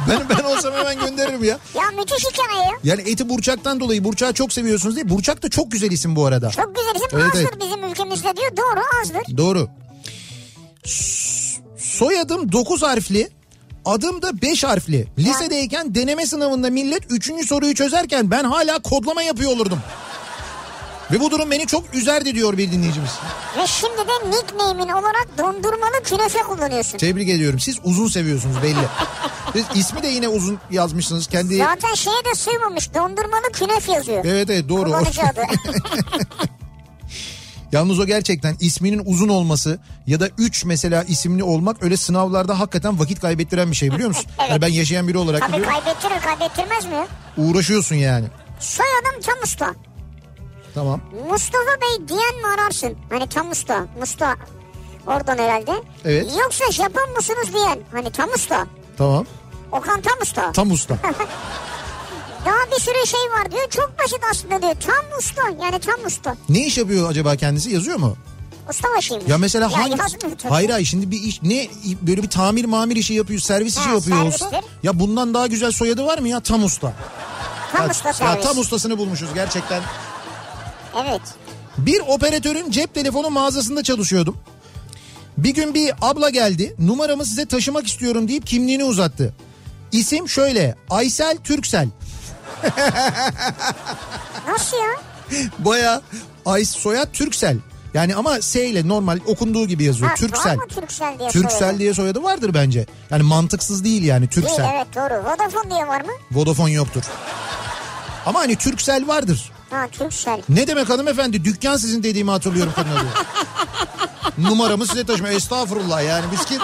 ben ben olsam hemen gönderirim ya. Ya müthiş hikaye ya. Yani eti Burçak'tan dolayı Burçak'ı çok seviyorsunuz diye. Burçak da çok güzel isim bu arada. Çok güzel isim Evet, azdır evet. bizim ülkemizde diyor. Doğru azdır. Doğru. S- Soyadım 9 harfli. Adım da 5 harfli. Lisedeyken deneme sınavında millet 3. soruyu çözerken ben hala kodlama yapıyor olurdum. Ve bu durum beni çok üzerdi diyor bir dinleyicimiz. Ve şimdi de nickname'in olarak dondurmalı künefe kullanıyorsun. Tebrik ediyorum. Siz uzun seviyorsunuz belli. Siz ismi de yine uzun yazmışsınız. Kendi Zaten şeye de sığmamış dondurmalı künefe yazıyor. Evet evet doğru. Kullanıcı adı. Yalnız o gerçekten isminin uzun olması ya da 3 mesela isimli olmak öyle sınavlarda hakikaten vakit kaybettiren bir şey biliyor musun? Evet. Yani ben yaşayan biri olarak Tabii biliyorum. kaybettirir kaybettirmez mi? uğraşıyorsun yani. Soyadım Tam Usta. Tamam. Mustafa Bey diyen mi ararsın? Hani Tam Usta. Musta. Oradan herhalde. Evet. Yoksa Japon musunuz diyen. Hani Tam Usta. Tamam. Okan Tam Usta. Tam usta. Daha bir sürü şey var diyor. Çok basit aslında diyor. Tam Usta. Yani Tam Usta. ne iş yapıyor acaba kendisi? Yazıyor mu? Usta başıymış. Ya mesela hangi şey yazmıyor tabii. Hayır hayır şimdi bir iş ne böyle bir tamir mamir işi yapıyor, servis işi Ha, yapıyor servistir. olsa. Ya bundan daha güzel soyadı var mı ya? Tam usta. Tam Ya- Usta ya servis. tam ustasını bulmuşuz gerçekten. Evet. Bir operatörün cep telefonu mağazasında çalışıyordum. Bir gün bir abla geldi. Numaramı size taşımak istiyorum deyip kimliğini uzattı. İsim şöyle Aysel Türksel. Nasıl ya? Baya Ays soyad Türksel. Yani ama S ile normal okunduğu gibi yazıyor. Ha, Türksel. Var mı Türksel diye Türksel soyadı? diye soyadı vardır bence. Yani mantıksız değil yani Değil Türksel. evet doğru. Vodafone diye var mı? Vodafone yoktur. Ama hani Türksel vardır. Ha Türksel. Ne demek hanımefendi dükkan sizin dediğimi hatırlıyorum kadın arıyor. Numaramı size taşıma. Estağfurullah yani biz ki...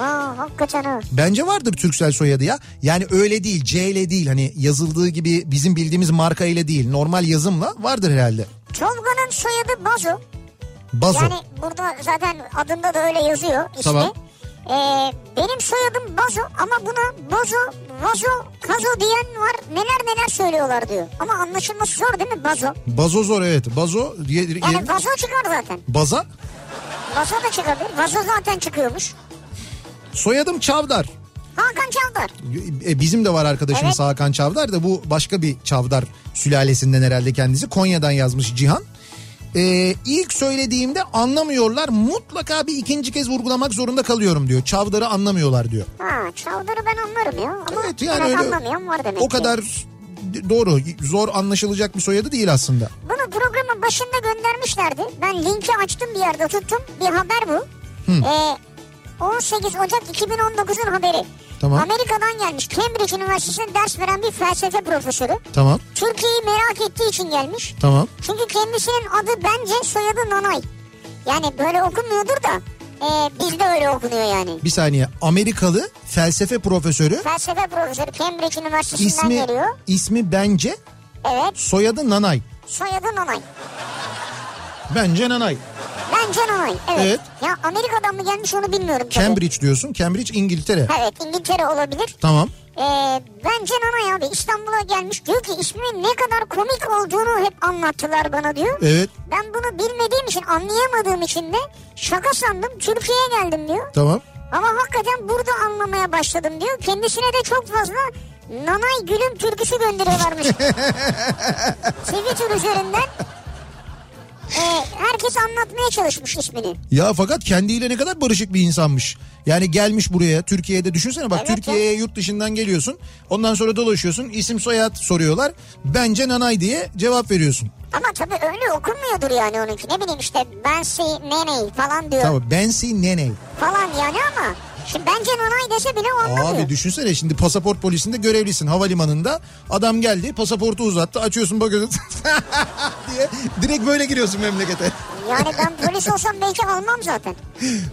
Aa hakikaten ha. Bence vardır Türksel soyadı ya. Yani öyle değil C ile değil hani yazıldığı gibi bizim bildiğimiz marka ile değil normal yazımla vardır herhalde. Tolga'nın soyadı Bazo. Bazo. Yani burada zaten adında da öyle yazıyor ismi. Tamam. Ee, benim soyadım Bazo ama buna Bozo, Vazo, Kazo diyen var. Neler neler söylüyorlar diyor. Ama anlaşılması zor değil mi Bazo? Bazo zor evet. Bazo ye- ye- Yani Vazo çıkar zaten. Baza. Vazo da çıkabilir. Vazo zaten çıkıyormuş. Soyadım Çavdar. Hakan Çavdar. E, bizim de var arkadaşımız Evet. Hakan Çavdar da bu başka bir Çavdar sülalesinden herhalde kendisi. Konya'dan yazmış Cihan. E, ilk söylediğimde anlamıyorlar mutlaka bir ikinci kez vurgulamak zorunda kalıyorum diyor. Çavdar'ı anlamıyorlar diyor. Ha Çavdar'ı ben anlarım ya. Ama Evet yani biraz öyle anlamayan var demek o ki. kadar doğru zor anlaşılacak bir soyadı değil aslında. Bunu programın başında göndermişlerdi. Ben linki açtım bir yerde tuttum. Bir haber bu. Ee, 18 Ocak 2019'un haberi. Tamam. Amerika'dan gelmiş. Cambridge Üniversitesi'nde ders veren bir felsefe profesörü. Tamam Türkiye'yi merak ettiği için gelmiş. tamam. Çünkü kendisinin adı bence soyadı Nanay. Yani böyle okunmuyordur da e, bizde öyle okunuyor yani. Bir saniye Amerikalı felsefe profesörü Felsefe profesörü Cambridge Üniversitesi'nden ismi geliyor. ismi bence Evet soyadı Nanay. soyadı Nanay. Bence Nanay. Bence Nanay. Evet. Evet. Ya Amerika'dan mı gelmiş onu bilmiyorum tabii. Cambridge diyorsun. Cambridge İngiltere. Evet İngiltere olabilir. Tamam. Ee, bence Nanay abi İstanbul'a gelmiş diyor ki ismimin ne kadar komik olduğunu hep anlattılar bana diyor. Evet. Ben bunu bilmediğim için anlayamadığım için de şaka sandım Türkiye'ye geldim diyor. Tamam. Ama hakikaten burada anlamaya başladım diyor. Kendisine de çok fazla Nanay Gülüm türküsü gönderiyorlarmış. Twitter üzerinden. Ee, herkes anlatmaya çalışmış ismini. Ya fakat kendiyle ne kadar barışık bir insanmış. Yani gelmiş buraya Türkiye'de düşünsene bak Evet Türkiye'ye yurt dışından geliyorsun. Ondan sonra dolaşıyorsun isim soyad soruyorlar. Bence Nanay diye cevap veriyorsun. Ama tabii öyle okunmuyordur yani onunki. Ne bileyim işte Bensi Neney falan diyor. Tamam Bensi Nene. Falan yani ama. Şimdi bence Nanay dese bile o anlamıyor. Abi düşünsene şimdi pasaport polisinde görevlisin havalimanında. Adam geldi pasaportu uzattı açıyorsun bakıyorsun diye direkt böyle giriyorsun memlekete. Yani ben polis olsam belki almam zaten.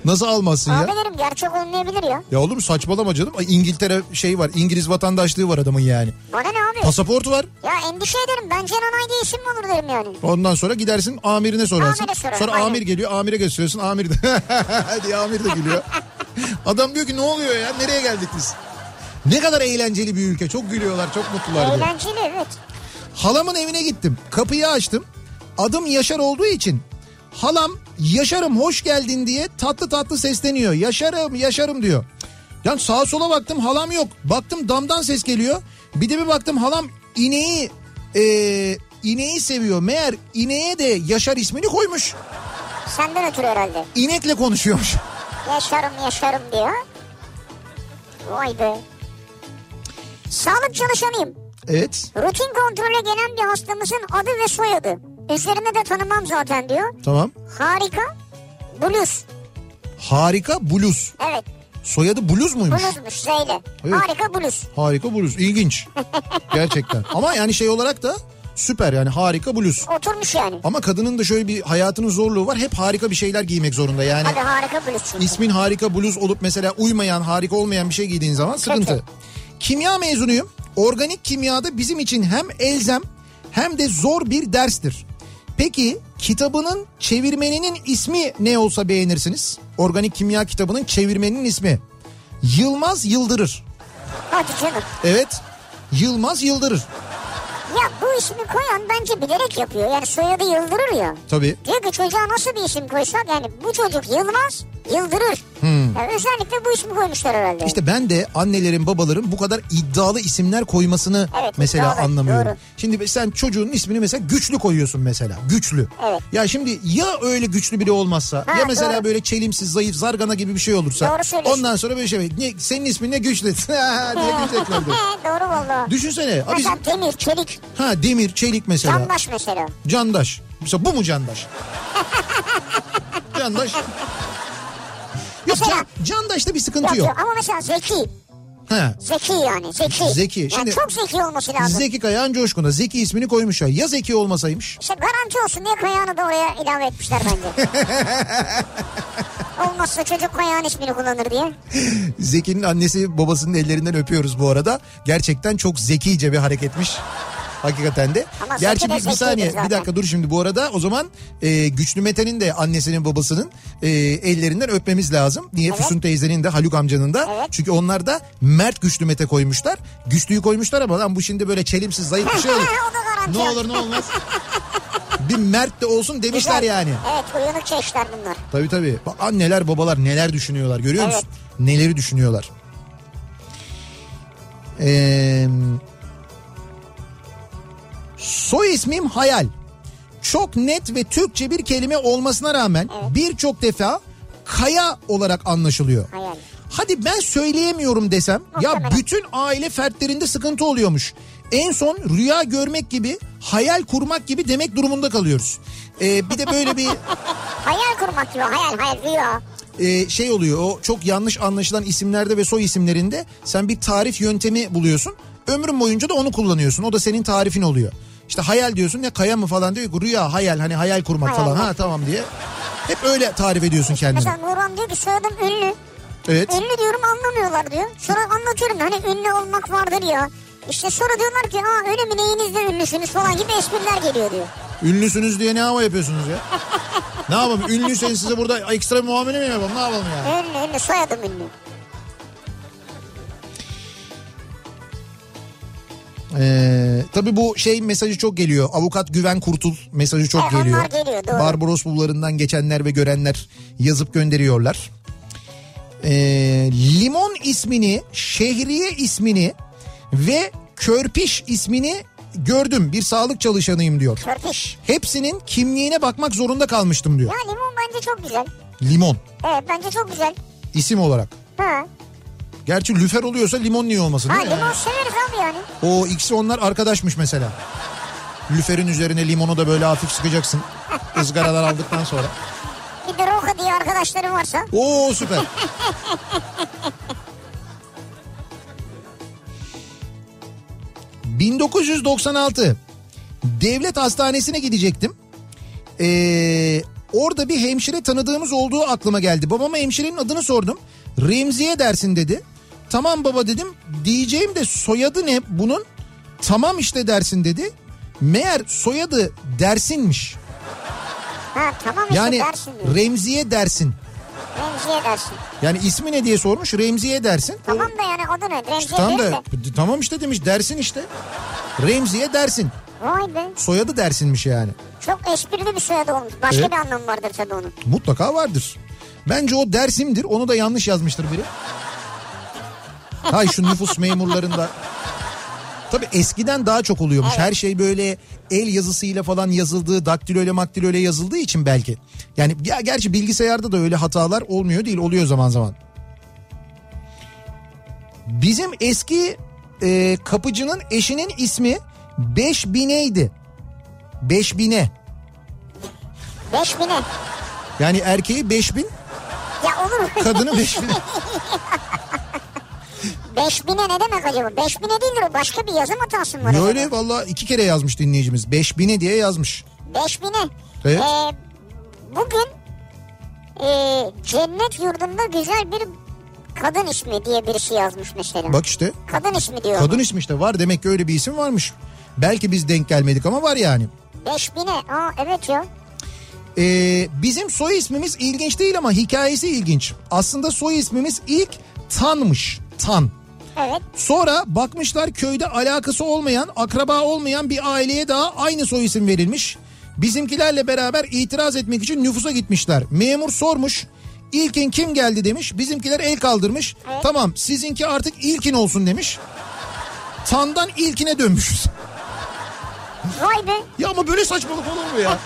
Nasıl almazsın ya? Abi derim gerçek olmayabilir ya. Ya olur mu saçmalama canım. Ay, İngiltere şey var İngiliz vatandaşlığı var adamın yani. Bana ne abi? Pasaportu var. Ya endişe ederim. Bence Nanay diye isim mi olur derim yani. Ondan sonra gidersin amirine sorarsın. Amire sorarım, sonra aynen. amir geliyor amire gösteriyorsun amir de diye amir de gülüyor. Adam diyor ki ne oluyor ya nereye geldik biz? Ne kadar eğlenceli bir ülke çok gülüyorlar çok mutlular diyor. Eğlenceli evet. Halamın evine gittim kapıyı açtım adım Yaşar olduğu için halam Yaşar'ım hoş geldin diye tatlı tatlı sesleniyor. Yaşar'ım Yaşar'ım diyor. Yani sağa sola baktım halam yok baktım damdan ses geliyor bir de bir baktım halam ineği eee, ineği seviyor. Meğer ineğe de Yaşar ismini koymuş. Senden ötürü herhalde. İnekle konuşuyormuş. Yaşarım yaşarım diyor. Vay be. Sağlık çalışanıyım. Evet. Rutin kontrole gelen bir hastamızın adı ve soyadı. Üzerine de tanımam zaten diyor. Tamam. Harika. Bluz. Harika Bluz. Evet. Soyadı Bluz muymuş? Bluzmuş Zeyle. Evet. Harika bluz. Harika Bluz. İlginç. Gerçekten. Ama yani şey olarak da süper yani harika Bluz. Oturmuş yani. Ama kadının da şöyle bir hayatının zorluğu var. Hep harika bir şeyler giymek zorunda. Yani Tabii harika bluz çünkü. ismin harika bluz olup mesela uymayan, harika olmayan bir şey giydiğin zaman sıkıntı. Kötü. Kimya mezunuyum. Organik kimyada bizim için hem elzem hem de zor bir derstir. Peki kitabının çevirmeninin ismi ne olsa beğenirsiniz? Organik kimya kitabının çevirmeninin ismi. Yılmaz Yıldırır. Hadi canım. Evet. Yılmaz Yıldırır. Ya bu ismi koyan bence bilerek yapıyor. Yani soyadı yıldırır ya. Tabii. Diyor ki çocuğa nasıl bir isim koysak yani bu çocuk Yılmaz Yıldırır. Yani özellikle bu ismi koymuşlar herhalde. Hmm. İşte ben de annelerin babaların bu kadar iddialı isimler koymasını Evet, mesela iddialı, anlamıyorum. doğru. Şimdi sen çocuğun ismini mesela güçlü koyuyorsun mesela. Güçlü. Evet. Ya şimdi ya öyle güçlü biri olmazsa Ha, ya mesela doğru. böyle çelimsiz, zayıf, zargana gibi bir şey olursa. Doğru söylüyorsun. Ondan sonra böyle şey ne, senin ismin ne güçlü diye gülecekler böyle. E, Doğru valla. Düşünsene. Ha, bizim- Mesela demir, çelik, ha demir, çelik mesela. yandaş mesela. Candaş. Mesela bu mu Candaş? candaş. Yok Mesela- can, Candaş'ta bir sıkıntı Yok, yok. yok. Ama mesela zeki. Ha. Zeki yani zeki. Zeki, Yani şimdi- çok zeki olması lazım. Zeki Kayağan Coşkun'a Zeki ismini koymuşlar. Ya Zeki olmasaymış? İşte garanti olsun diye Kayağan'ı da oraya ilave etmişler bence. Olmazsa çocuk Kayağan ismini kullanır diye. Zeki'nin annesi babasının ellerinden öpüyoruz bu arada. Gerçekten çok zekice bir hareketmiş. Hakikaten de. Ama Zeki Gerçi de bir, bir zekidir saniye zaten. bir dakika dur şimdi bu arada o zaman e, Güçlü Mete'nin de annesinin babasının e, ellerinden öpmemiz lazım. Niye? Füsun teyzenin de Haluk amcanın da. Evet. Çünkü onlar da Mert Güçlü Mete koymuşlar. Güçlüyü koymuşlar ama lan bu şimdi böyle çelimsiz zayıf bir şey olur. O da garanti ne yok. olur ne olmaz. bir Mert de olsun demişler Güzel. yani. Evet uyanık çeşitler bunlar. Tabii tabii. Bak anneler babalar neler düşünüyorlar görüyor Evet. musun? Neleri düşünüyorlar. Ee, soy ismim Hayal. Çok net ve Türkçe bir kelime olmasına rağmen birçok defa Kaya olarak anlaşılıyor. Hayal. Hadi ben söyleyemiyorum desem ya Muhtemelen. bütün aile fertlerinde sıkıntı oluyormuş. En son rüya görmek gibi hayal kurmak gibi demek durumunda kalıyoruz. Ee, bir de böyle bir Hayal kurmak gibi hayal hayal rüya. e, şey oluyor o çok yanlış anlaşılan isimlerde ve soy isimlerinde sen bir tarif yöntemi buluyorsun. Ömrün boyunca da onu kullanıyorsun. O da senin tarifin oluyor. İşte hayal diyorsun ya kaya mı falan diyor ki rüya hayal hani hayal kurmak Hayal falan bak. ha tamam diye. Hep öyle tarif ediyorsun kendini. Mesela Nurhan diyor ki soyadım ünlü. Evet. Ünlü diyorum anlamıyorlar diyor. Sonra anlatıyorum hani ünlü olmak vardır ya. İşte sonra diyorlar ki aa öyle mi neyinizde ünlüsünüz falan gibi espriler geliyor diyor. Ünlüsünüz diye ne hava yapıyorsunuz ya? ne yapalım? Ünlüyseniz size burada ekstra bir muamele mi yapalım? Ne yapalım yani? Ünlü ünlü soyadım ünlü. Ee, tabii bu şey mesajı çok geliyor. Avukat Güven Kurtul mesajı çok Evet, E, onlar geliyor. geliyor, doğru. Barbaros bulvarından geçenler ve görenler yazıp gönderiyorlar. Ee, limon ismini, şehriye ismini ve körpiş ismini gördüm. Bir sağlık çalışanıyım diyor. Körpiş. Hepsinin kimliğine bakmak zorunda kalmıştım diyor. Ya limon bence çok güzel. Limon Evet bence çok güzel. isim olarak. Ha. Gerçi lüfer oluyorsa limon niye olmasın Ha değil mi? limon severiz abi yani. O ikisi onlar arkadaşmış mesela. Lüferin üzerine limonu da böyle hafif sıkacaksın. Izgaralar aldıktan sonra. Bir de Roka diye arkadaşlarım varsa. Oo süper. ...1996... ...devlet hastanesine gidecektim... Ee, ...orada bir hemşire tanıdığımız olduğu aklıma geldi... ...babama hemşirenin adını sordum... ...Remziye dersin dedi... ...tamam baba dedim... ...diyeceğim de soyadı ne bunun... ...tamam işte dersin dedi... ...meğer soyadı dersinmiş... Ha tamam işte ...yani dersin diyor. Remziye dersin... Remziye dersin. Yani ismi ne diye sormuş Remziye dersin. Tamam da yani adı ne? Remziye İşte Tam değil da de. tamam işte demiş dersin işte. Remziye dersin. Vay be. Soyadı dersinmiş yani. Çok esprili bir soyadı olmuş. Başka Evet. bir anlamı vardır tabii onun. Mutlaka vardır. Bence o dersimdir. Onu da yanlış yazmıştır biri. Hay şu nüfus memurlarında. Tabii eskiden daha çok oluyormuş. Her şey böyle el yazısıyla falan yazıldığı, daktiloyla maktiloyla yazıldığı için belki. Yani ya gerçi bilgisayarda da öyle hatalar olmuyor değil, oluyor zaman zaman. Bizim eski e, kapıcının eşinin ismi 5000'eydi. 5000'e. Beş bine. Yani erkeği 5000, Ya olur mu? kadını 5000. Beş bine ne demek acaba? Beş bine değildir o. Başka bir yazım hatası mı var? Ne acaba? öyle valla iki kere yazmış dinleyicimiz. 5000'e diye yazmış. Beş bine. Evet. Ee, bugün e, cennet yurdunda güzel bir kadın ismi diye birisi yazmış mesela. Bak işte Kadın ismi diyor. kadın ismi işte var demek ki öyle bir isim varmış. Belki biz denk gelmedik ama var yani. Beş bine. Aa evet ya. Ee, bizim soy ismimiz ilginç değil ama hikayesi ilginç. Aslında soy ismimiz ilk Tan'mış. Tan. Evet. Sonra bakmışlar köyde alakası olmayan, akraba olmayan bir aileye daha aynı soy isim verilmiş. Bizimkilerle beraber itiraz etmek için nüfusa gitmişler. Memur sormuş. İlkin kim geldi demiş. Bizimkiler el kaldırmış. Tamam sizinki artık ilkin olsun demiş. Tandan ilkine dönmüşüz. Vay be. Ya ama böyle saçmalık olur mu ya?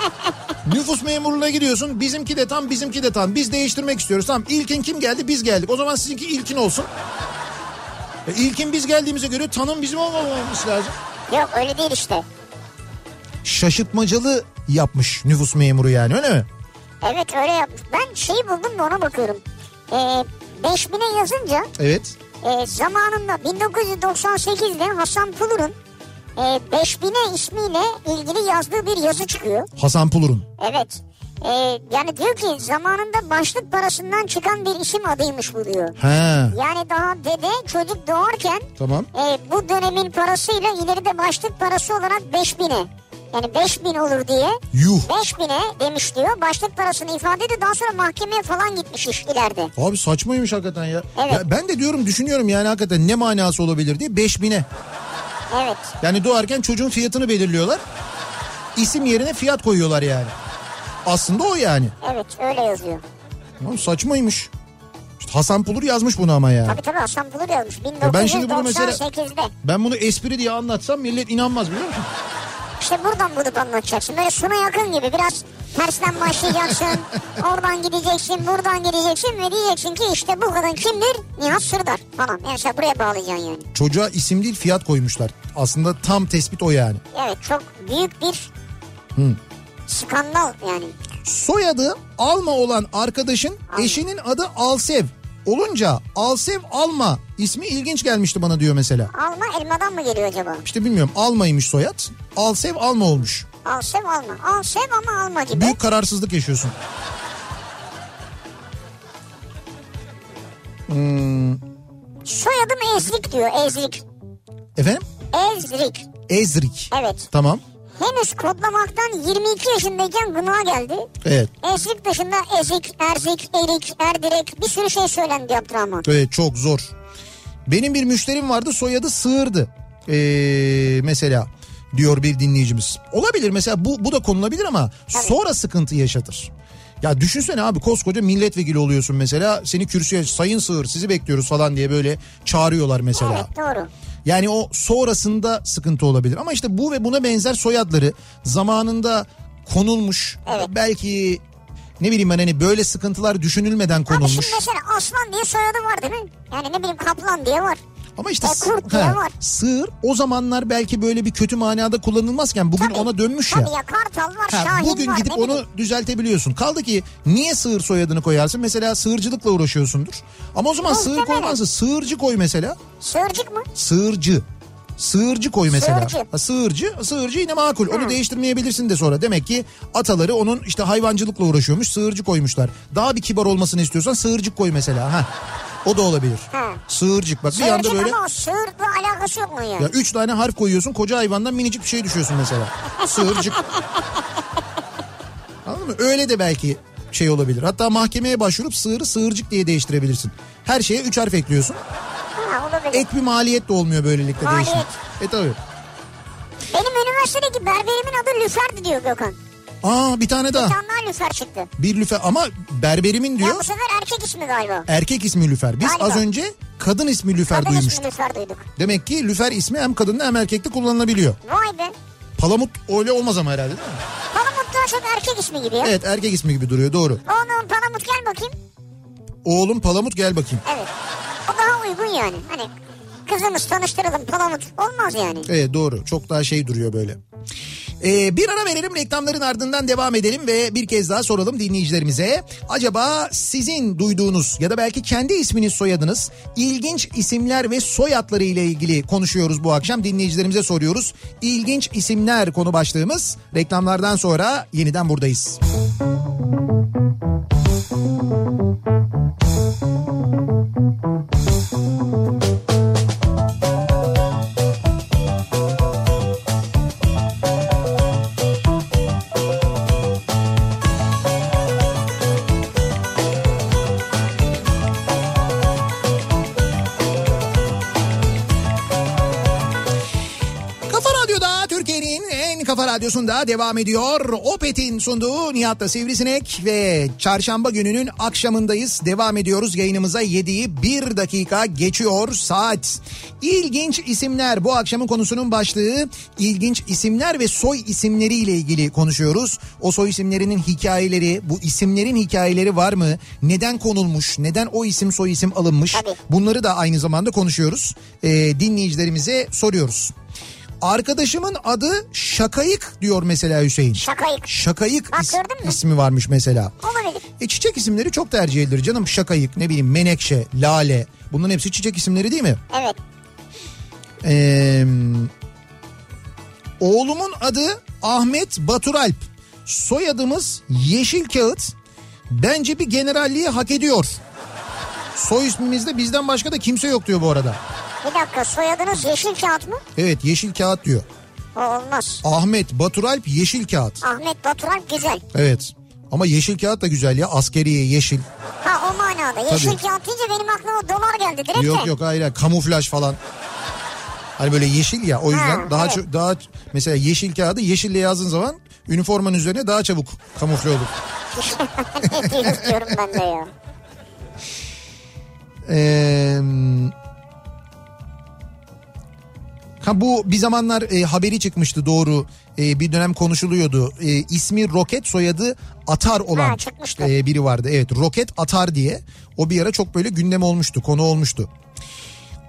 Nüfus memurluğuna gidiyorsun. Bizimki de tam, bizimki de tam. Biz değiştirmek istiyoruz. Tamam ilkin kim geldi? Biz geldik. O zaman sizinki ilkin olsun. E, ilkin biz geldiğimize göre tanım bizim olmamamız lazım. Yok öyle değil işte. Şaşırtmacalı yapmış nüfus memuru yani öyle mi? Evet öyle yapmış. Ben şeyi buldum da ona bakıyorum. Ee, beş bine yazınca Evet. e, zamanında 1998'de Hasan Pulur'un e, beş bine ismiyle ilgili yazdığı bir yazı çıkıyor. Hasan Pulur'un. Evet. Ee, yani diyor ki zamanında başlık parasından çıkan bir isim adıymış bu diyor. He. Yani daha dede çocuk doğarken Tamam. e, bu dönemin parasıyla ileride başlık parası olarak 5000'e yani 5000 olur diye Yuh. 5000'e demiş diyor. Başlık parasını ifade ediyor. Daha sonra mahkemeye falan gitmiş iş ileride. Abi saçmaymış hakikaten ya. Evet. ya. Ben de diyorum düşünüyorum yani hakikaten ne manası olabilir diye 5000'e. Evet. Yani doğarken çocuğun fiyatını belirliyorlar. İsim yerine fiyat koyuyorlar yani. Aslında o yani. Evet öyle yazıyor. Lan saçmaymış. İşte Hasan Pulur yazmış bunu ama ya. Tabii tabii Hasan Bulur yazmış. Ya E ben şimdi bunu 1998'de. mesela- Ben bunu espri diye anlatsam millet inanmaz biliyor musun? İşte buradan bulup anlatacaksın. Böyle suna yakın gibi biraz tersten başlayacaksın. oradan gideceksin, buradan gideceksin ve diyeceksin ki işte bu kadın kimdir? Nihat Sırdar falan. Yani işte buraya bağlayacaksın yani. Çocuğa isim değil fiyat koymuşlar. Aslında tam tespit o yani. Evet çok büyük bir skandal yani. Soyadı Alma olan arkadaşın eşinin adı Alsev. Olunca Alsev Alma ismi ilginç gelmişti bana diyor mesela. Alma elmadan mı geliyor acaba? İşte bilmiyorum Almaymış soyad. Alsev Alma olmuş. Al sev alma. Al sev ama alma gibi. Büyük kararsızlık yaşıyorsun. Soyadım Ezrik diyor Ezrik. Efendim? Ezrik. Ezrik. Evet. Tamam. Henüz kodlamaktan 22 yaşındayken gına geldi. Evet. Ezrik dışında ezik, erzik, erik, erdirek bir sürü şey söylendi Abdurrahman. Evet Ee, çok zor. Benim bir müşterim vardı soyadı sığırdı. Ee, mesela diyor bir dinleyicimiz. Olabilir mesela bu, bu da konulabilir ama sonra sıkıntı yaşatır. Ya düşünsene abi koskoca milletvekili oluyorsun mesela seni kürsüye sayın sığır sizi bekliyoruz falan diye böyle çağırıyorlar mesela. Evet doğru. Yani o sonrasında sıkıntı olabilir. Ama işte bu ve buna benzer soyadları zamanında konulmuş. Belki ne bileyim ben hani böyle sıkıntılar düşünülmeden Abi şimdi konulmuş. mesela aslan diye soyadı var değil mi? Yani ne bileyim kaplan diye var. Ama işte E, s- kurt diye var. sığır o zamanlar belki böyle bir kötü manada kullanılmazken bugün Tabii, ona dönmüş Tabii ya. ya, kartal var, Ha, şahin bugün var. gidip ne onu bileyim. düzeltebiliyorsun. Kaldı ki niye sığır soyadını koyarsın? Mesela sığırcılıkla uğraşıyorsundur. Ama o zaman sığır Muhtemelen. koymazsın. Sığırcı koy mesela. Sığırcık mı? Sığırcı. Sığırcı koy mesela. Sığırcı. Ha, sığırcı. Sığırcı yine makul. Onu değiştirmeyebilirsin de sonra. Demek ki ataları onun işte hayvancılıkla uğraşıyormuş. Sığırcı koymuşlar. Daha bir kibar olmasını istiyorsan sığırcık koy mesela. Ha. O da olabilir. Ha. Sığırcık bak bir Sığırcık anda böyle ama o sığırla alakası yok mu yani? ya üç tane harf koyuyorsun koca hayvandan minicik bir şey düşüyorsun mesela. Sığırcık. Anladın mı? Öyle de belki şey olabilir. Hatta mahkemeye başvurup sığırı sığırcık diye değiştirebilirsin. Her şeye üç harf ekliyorsun. Ha, olabilir. Ek bir maliyet de olmuyor böylelikle Maliyet. değişim. E tabii. Benim üniversitedeki berberimin adı Lüfer'di diyor Gökhan. Aa bir tane daha. Bir tane daha Lüfer çıktı. Bir lüfer ama berberimin Ya bu Ah. diyor sefer erkek ismi galiba. erkek ismi lüfer. Biz Galiba. az önce kadın ismi lüfer Kadın ismi duymuştuk. Lüfer duyduk. Demek ki lüfer ismi hem kadında hem erkekte kullanılabiliyor. Vay be. Palamut öyle olmaz ama herhalde değil mi? Palamut daha çok erkek ismi gibi ya. Evet erkek ismi gibi duruyor doğru. Oğlum Palamut gel bakayım. Oğlum Palamut gel bakayım. Evet. O daha uygun yani. Hani kızımız tanıştıralım palamut olmaz yani. Evet doğru çok daha şey duruyor böyle. Ee, bir ara verelim reklamların ardından devam edelim ve bir kez daha soralım dinleyicilerimize. Acaba sizin duyduğunuz ya da belki kendi isminiz soyadınız ilginç isimler ve soyadları ile ilgili konuşuyoruz bu akşam. Dinleyicilerimize soruyoruz. İlginç isimler konu başlığımız. Reklamlardan sonra yeniden buradayız. Kafa Radyo'da Türkiye'nin en kafa radyosunda devam ediyor. Opet'in sunduğu Nihat'la Sivrisinek ve çarşamba gününün akşamındayız. Devam ediyoruz yayınımıza 7'yi bir dakika geçiyor saat. İlginç isimler bu akşamın konusunun başlığı ilginç isimler ve soy isimleriyle ilgili konuşuyoruz. O soy isimlerinin hikayeleri, bu isimlerin hikayeleri var mı? Neden konulmuş? Neden o isim soy isim alınmış? Tabii. Bunları da aynı zamanda konuşuyoruz. Ee, dinleyicilerimize soruyoruz. Arkadaşımın adı Şakayık diyor mesela Hüseyin. Şakayık. Şakayık Bak is- gördün mü? ismi varmış mesela. Olabilir. E çiçek isimleri çok tercih edilir canım. Şakayık, ne bileyim menekşe, lale. Bunların hepsi çiçek isimleri değil mi? Evet. Ee, oğlumun adı Ahmet Baturalp. Soyadımız Yeşil Kağıt. Bence bir generalliği hak ediyor. Soy ismimizde bizden başka da kimse yok diyor bu arada. Bir dakika soyadınız yeşil kağıt mı? Evet Yeşil Kağıt diyor. O olmaz. Ahmet Baturalp Yeşil Kağıt. Ahmet Baturan güzel. Evet. Ama yeşil kağıt da güzel ya. Askeriye yeşil. Ha o manada. Yeşil Tabii. kağıt deyince benim aklıma dolar geldi direkt Yok de. yok hayır. hayır. Kamuflaj falan. Hani böyle yeşil ya o yüzden Ha, daha evet. çok daha mesela yeşil kağıdı yeşille yazdığın zaman üniformanın üzerine daha çabuk kamufle olur. ne diyoruz diyorum ben de ya. Ee, ha bu bir zamanlar e, haberi çıkmıştı doğru E, bir dönem konuşuluyordu E, ismi Roket soyadı Atar olan Ha, çıkmıştı. e, biri vardı evet Roket Atar diye o bir ara çok böyle gündem olmuştu konu olmuştu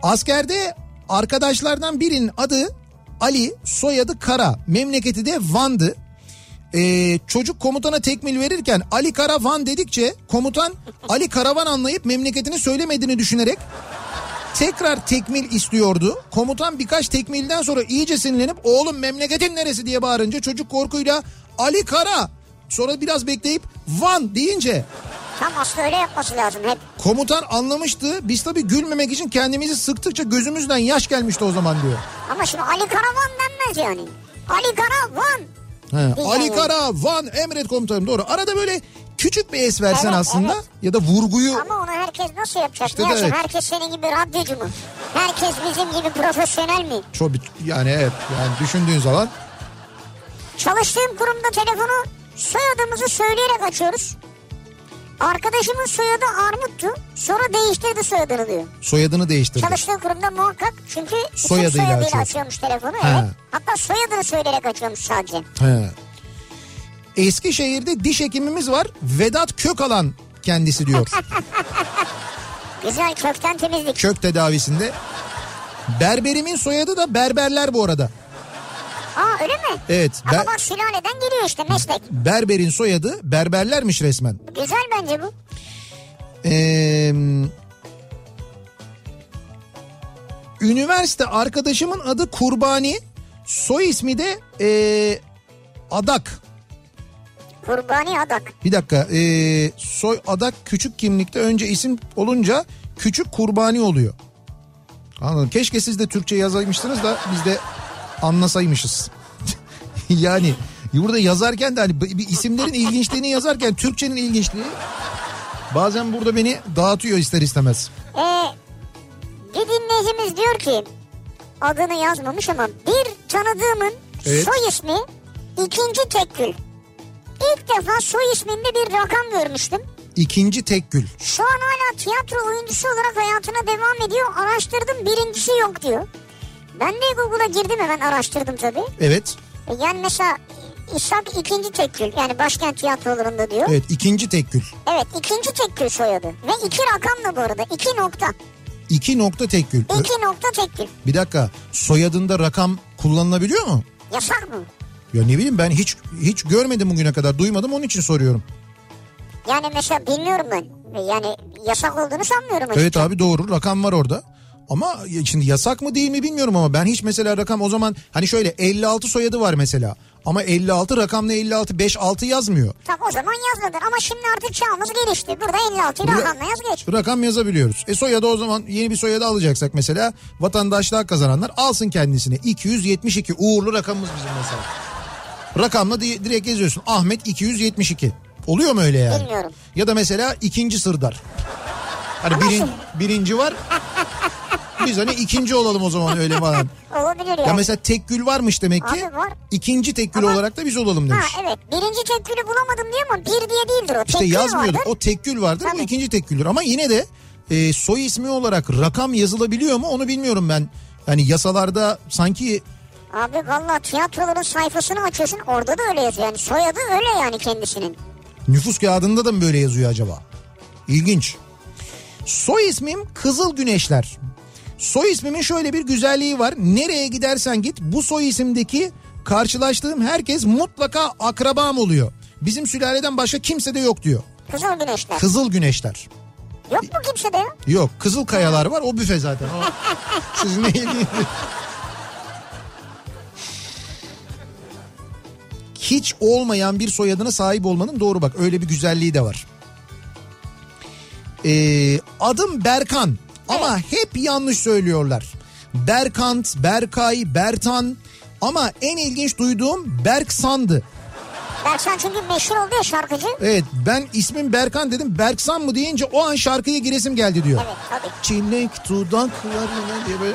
askerde arkadaşlardan birinin adı Ali soyadı Kara memleketi de Van'dı ee, çocuk komutana tekmil verirken Ali Karavan dedikçe komutan Ali Karavan anlayıp memleketini söylemediğini düşünerek tekrar tekmil istiyordu. Komutan birkaç tekmilden sonra iyice sinirlenip oğlum memleketin neresi diye bağırınca çocuk korkuyla Ali Kara sonra biraz bekleyip Van deyince Tam aslında öyle yapması lazım hep. Komutan anlamıştı. Biz tabii gülmemek için kendimizi sıktıkça gözümüzden yaş gelmişti o zaman diyor. Ama şimdi Ali Karavan denmez yani. Ali Karavan. He, Güzel Ali oldu. Kara, Van, Emret komutanım doğru. Arada böyle küçük bir es versen Evet, aslında evet. ya da vurguyu Ama onu herkes nasıl yapacak? İşte İşte de evet. Herkes senin gibi radyocu mu? Herkes bizim gibi profesyonel mi? çok yani evet yani düşündüğün zaman Çalıştığım kurumda telefonu soyadımızı söyleyerek açıyoruz. Arkadaşımın soyadı Armut'tu. Sonra değiştirdi soyadını diyor. soyadını değiştirdi. Çalıştığı kurumda muhakkak çünkü isim Soyadıyla soyadıyla, açıyor. açıyormuş telefonu. He. Evet. Hatta soyadını söyleyerek açıyormuş sadece. He. Eskişehir'de diş hekimimiz var. Vedat Kökalan kendisi diyor. Güzel kökten temizlik. Kök tedavisinde. Berberimin soyadı da berberler bu arada. Aa öyle mi? Evet, Ama E, ben- bak sülaleden geliyor işte meslek. Berberin soyadı berberlermiş resmen. Güzel bence bu. Ee, üniversite arkadaşımın adı Kurbani. Soy ismi de ee, Adak. Kurbani adak. Bir dakika. ee, soy Adak küçük kimlikte önce isim olunca küçük Kurbani oluyor. Anladım. Keşke siz de Türkçe yazaymıştınız da biz de anlasaymışız. yani burada yazarken de hani bir bir isimlerin ilginçliğini yazarken Türkçenin ilginçliği bazen burada beni dağıtıyor ister istemez. Ee, bir dinleyicimiz diyor ki adını yazmamış ama bir tanıdığımın Evet. soy ismi ikinci tekgül. İlk defa soy isminde bir rakam görmüştüm. İkinci Tekgül. Şu an hala tiyatro oyuncusu olarak hayatına devam ediyor. Araştırdım birincisi yok diyor. Ben de Google'a girdim hemen araştırdım tabii. Evet. E, Yani mesela İshak ikinci tekgül yani başkent tiyatrolarında diyor. Evet, Evet ikinci Tekgül. ikinci tekgül soyadı. Ve iki rakamla bu arada iki nokta. İki nokta Tekgül. Ö- İki nokta tekgül. Bir dakika soyadında rakam kullanılabiliyor mu? Yasak mı? Ya ne bileyim ben hiç hiç görmedim bugüne kadar duymadım onun için soruyorum. Yani mesela bilmiyorum ben. Yani yasak olduğunu sanmıyorum. açıkçası. Evet abi doğru rakam var orada. Ama ya şimdi yasak mı değil mi bilmiyorum ama ben hiç mesela rakam o zaman hani şöyle 56 soyadı var mesela. Ama 56 rakamla 56 5 6 yazmıyor. Tamam o zaman yazmadın ama şimdi artık çağımız gelişti. Burada 56 Bura- rakamla yaz geç. Rakam yazabiliyoruz. E soyadı o zaman yeni bir soyadı alacaksak mesela vatandaşlığa kazananlar alsın kendisine. 272 uğurlu rakamımız bizim mesela. Rakamla di- direkt yazıyorsun. Ahmet 272. Oluyor mu öyle yani? Bilmiyorum. Ya da mesela ikinci Sırdar. Hani birin- birinci var. Biz hani ikinci olalım o zaman öyle falan. Olabilir yani. Ya mesela tekgül varmış demek ki. Abi var. İkinci tekgül Ama- olarak da biz olalım demiş. Ha evet. Birinci tekgülü bulamadım diye ama bir diye değildir o. İşte Tekgül yazmıyordur. vardır. O tekkül vardır. Bu Tabii. ikinci tekküldür. Ama yine de e, soy ismi olarak rakam yazılabiliyor mu onu bilmiyorum ben. Yani yasalarda sanki Abi valla tiyatroların sayfasını açıyorsun orada da öyle yazıyor. Yani soyadı öyle yani kendisinin. nüfus kağıdında da mı böyle yazıyor acaba? İlginç. Soy ismim Kızıl Güneşler. Soy ismimin şöyle bir güzelliği var. Nereye gidersen git bu soy isimdeki karşılaştığım herkes mutlaka akrabam oluyor. Bizim sülaleden başka kimse de yok diyor. Kızıl güneşler. Kızıl Güneşler. Yok mu kimsede ya? Yok Kızıl Kayalar var o büfe zaten. O, siz ne ilginiz- Hiç olmayan bir soyadına sahip olmanın doğru bak öyle bir güzelliği de var. Ee, adım Berkan ama hep yanlış söylüyorlar. Berkant, Berkay, Bertan ama en ilginç duyduğum Berksan'dı. Berksan çünkü meşhur oldu ya şarkıcı. Evet ben ismim Berkan dedim Berksan mı deyince o an şarkıya giresim geldi diyor. Evet tabii. Çilek dudaklarına diye böyle.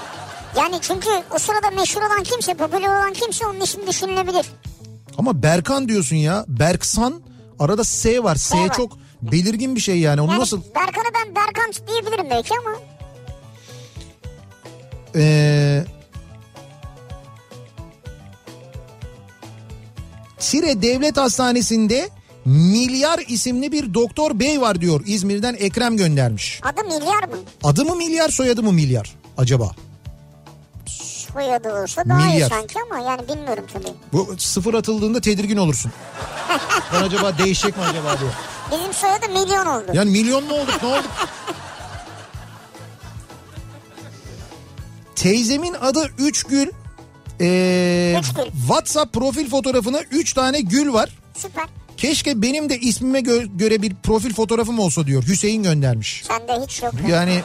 Yani çünkü o sırada meşhur olan kimse, popüler olan kimse onun ismi düşünülebilir. Ama Berkan diyorsun ya. Berksan arada S var. S, var. çok belirgin bir şey yani. Onu Yani nasıl Berkan'ı ben Berkan diyebilirim belki ama. Ee, Sire Devlet Hastanesi'nde Milyar isimli bir doktor bey var diyor. İzmir'den Ekrem göndermiş. Adı milyar mı? Adı mı milyar soyadı mı milyar acaba? Soyadı olsa daha Milyar. iyi sanki ama yani bilmiyorum tabii. Bu sıfır atıldığında tedirgin olursun. Ben acaba değişecek mi acaba diye. Bizim soyadı milyon oldu. Yani milyon mu olduk ne olduk? Teyzemin adı Üç Gül. Ee, Üç Gül. WhatsApp profil fotoğrafına 3 tane gül var. Süper. Keşke benim de ismime gö- göre bir profil fotoğrafım olsa diyor. Hüseyin göndermiş. Sende hiç yok. Yani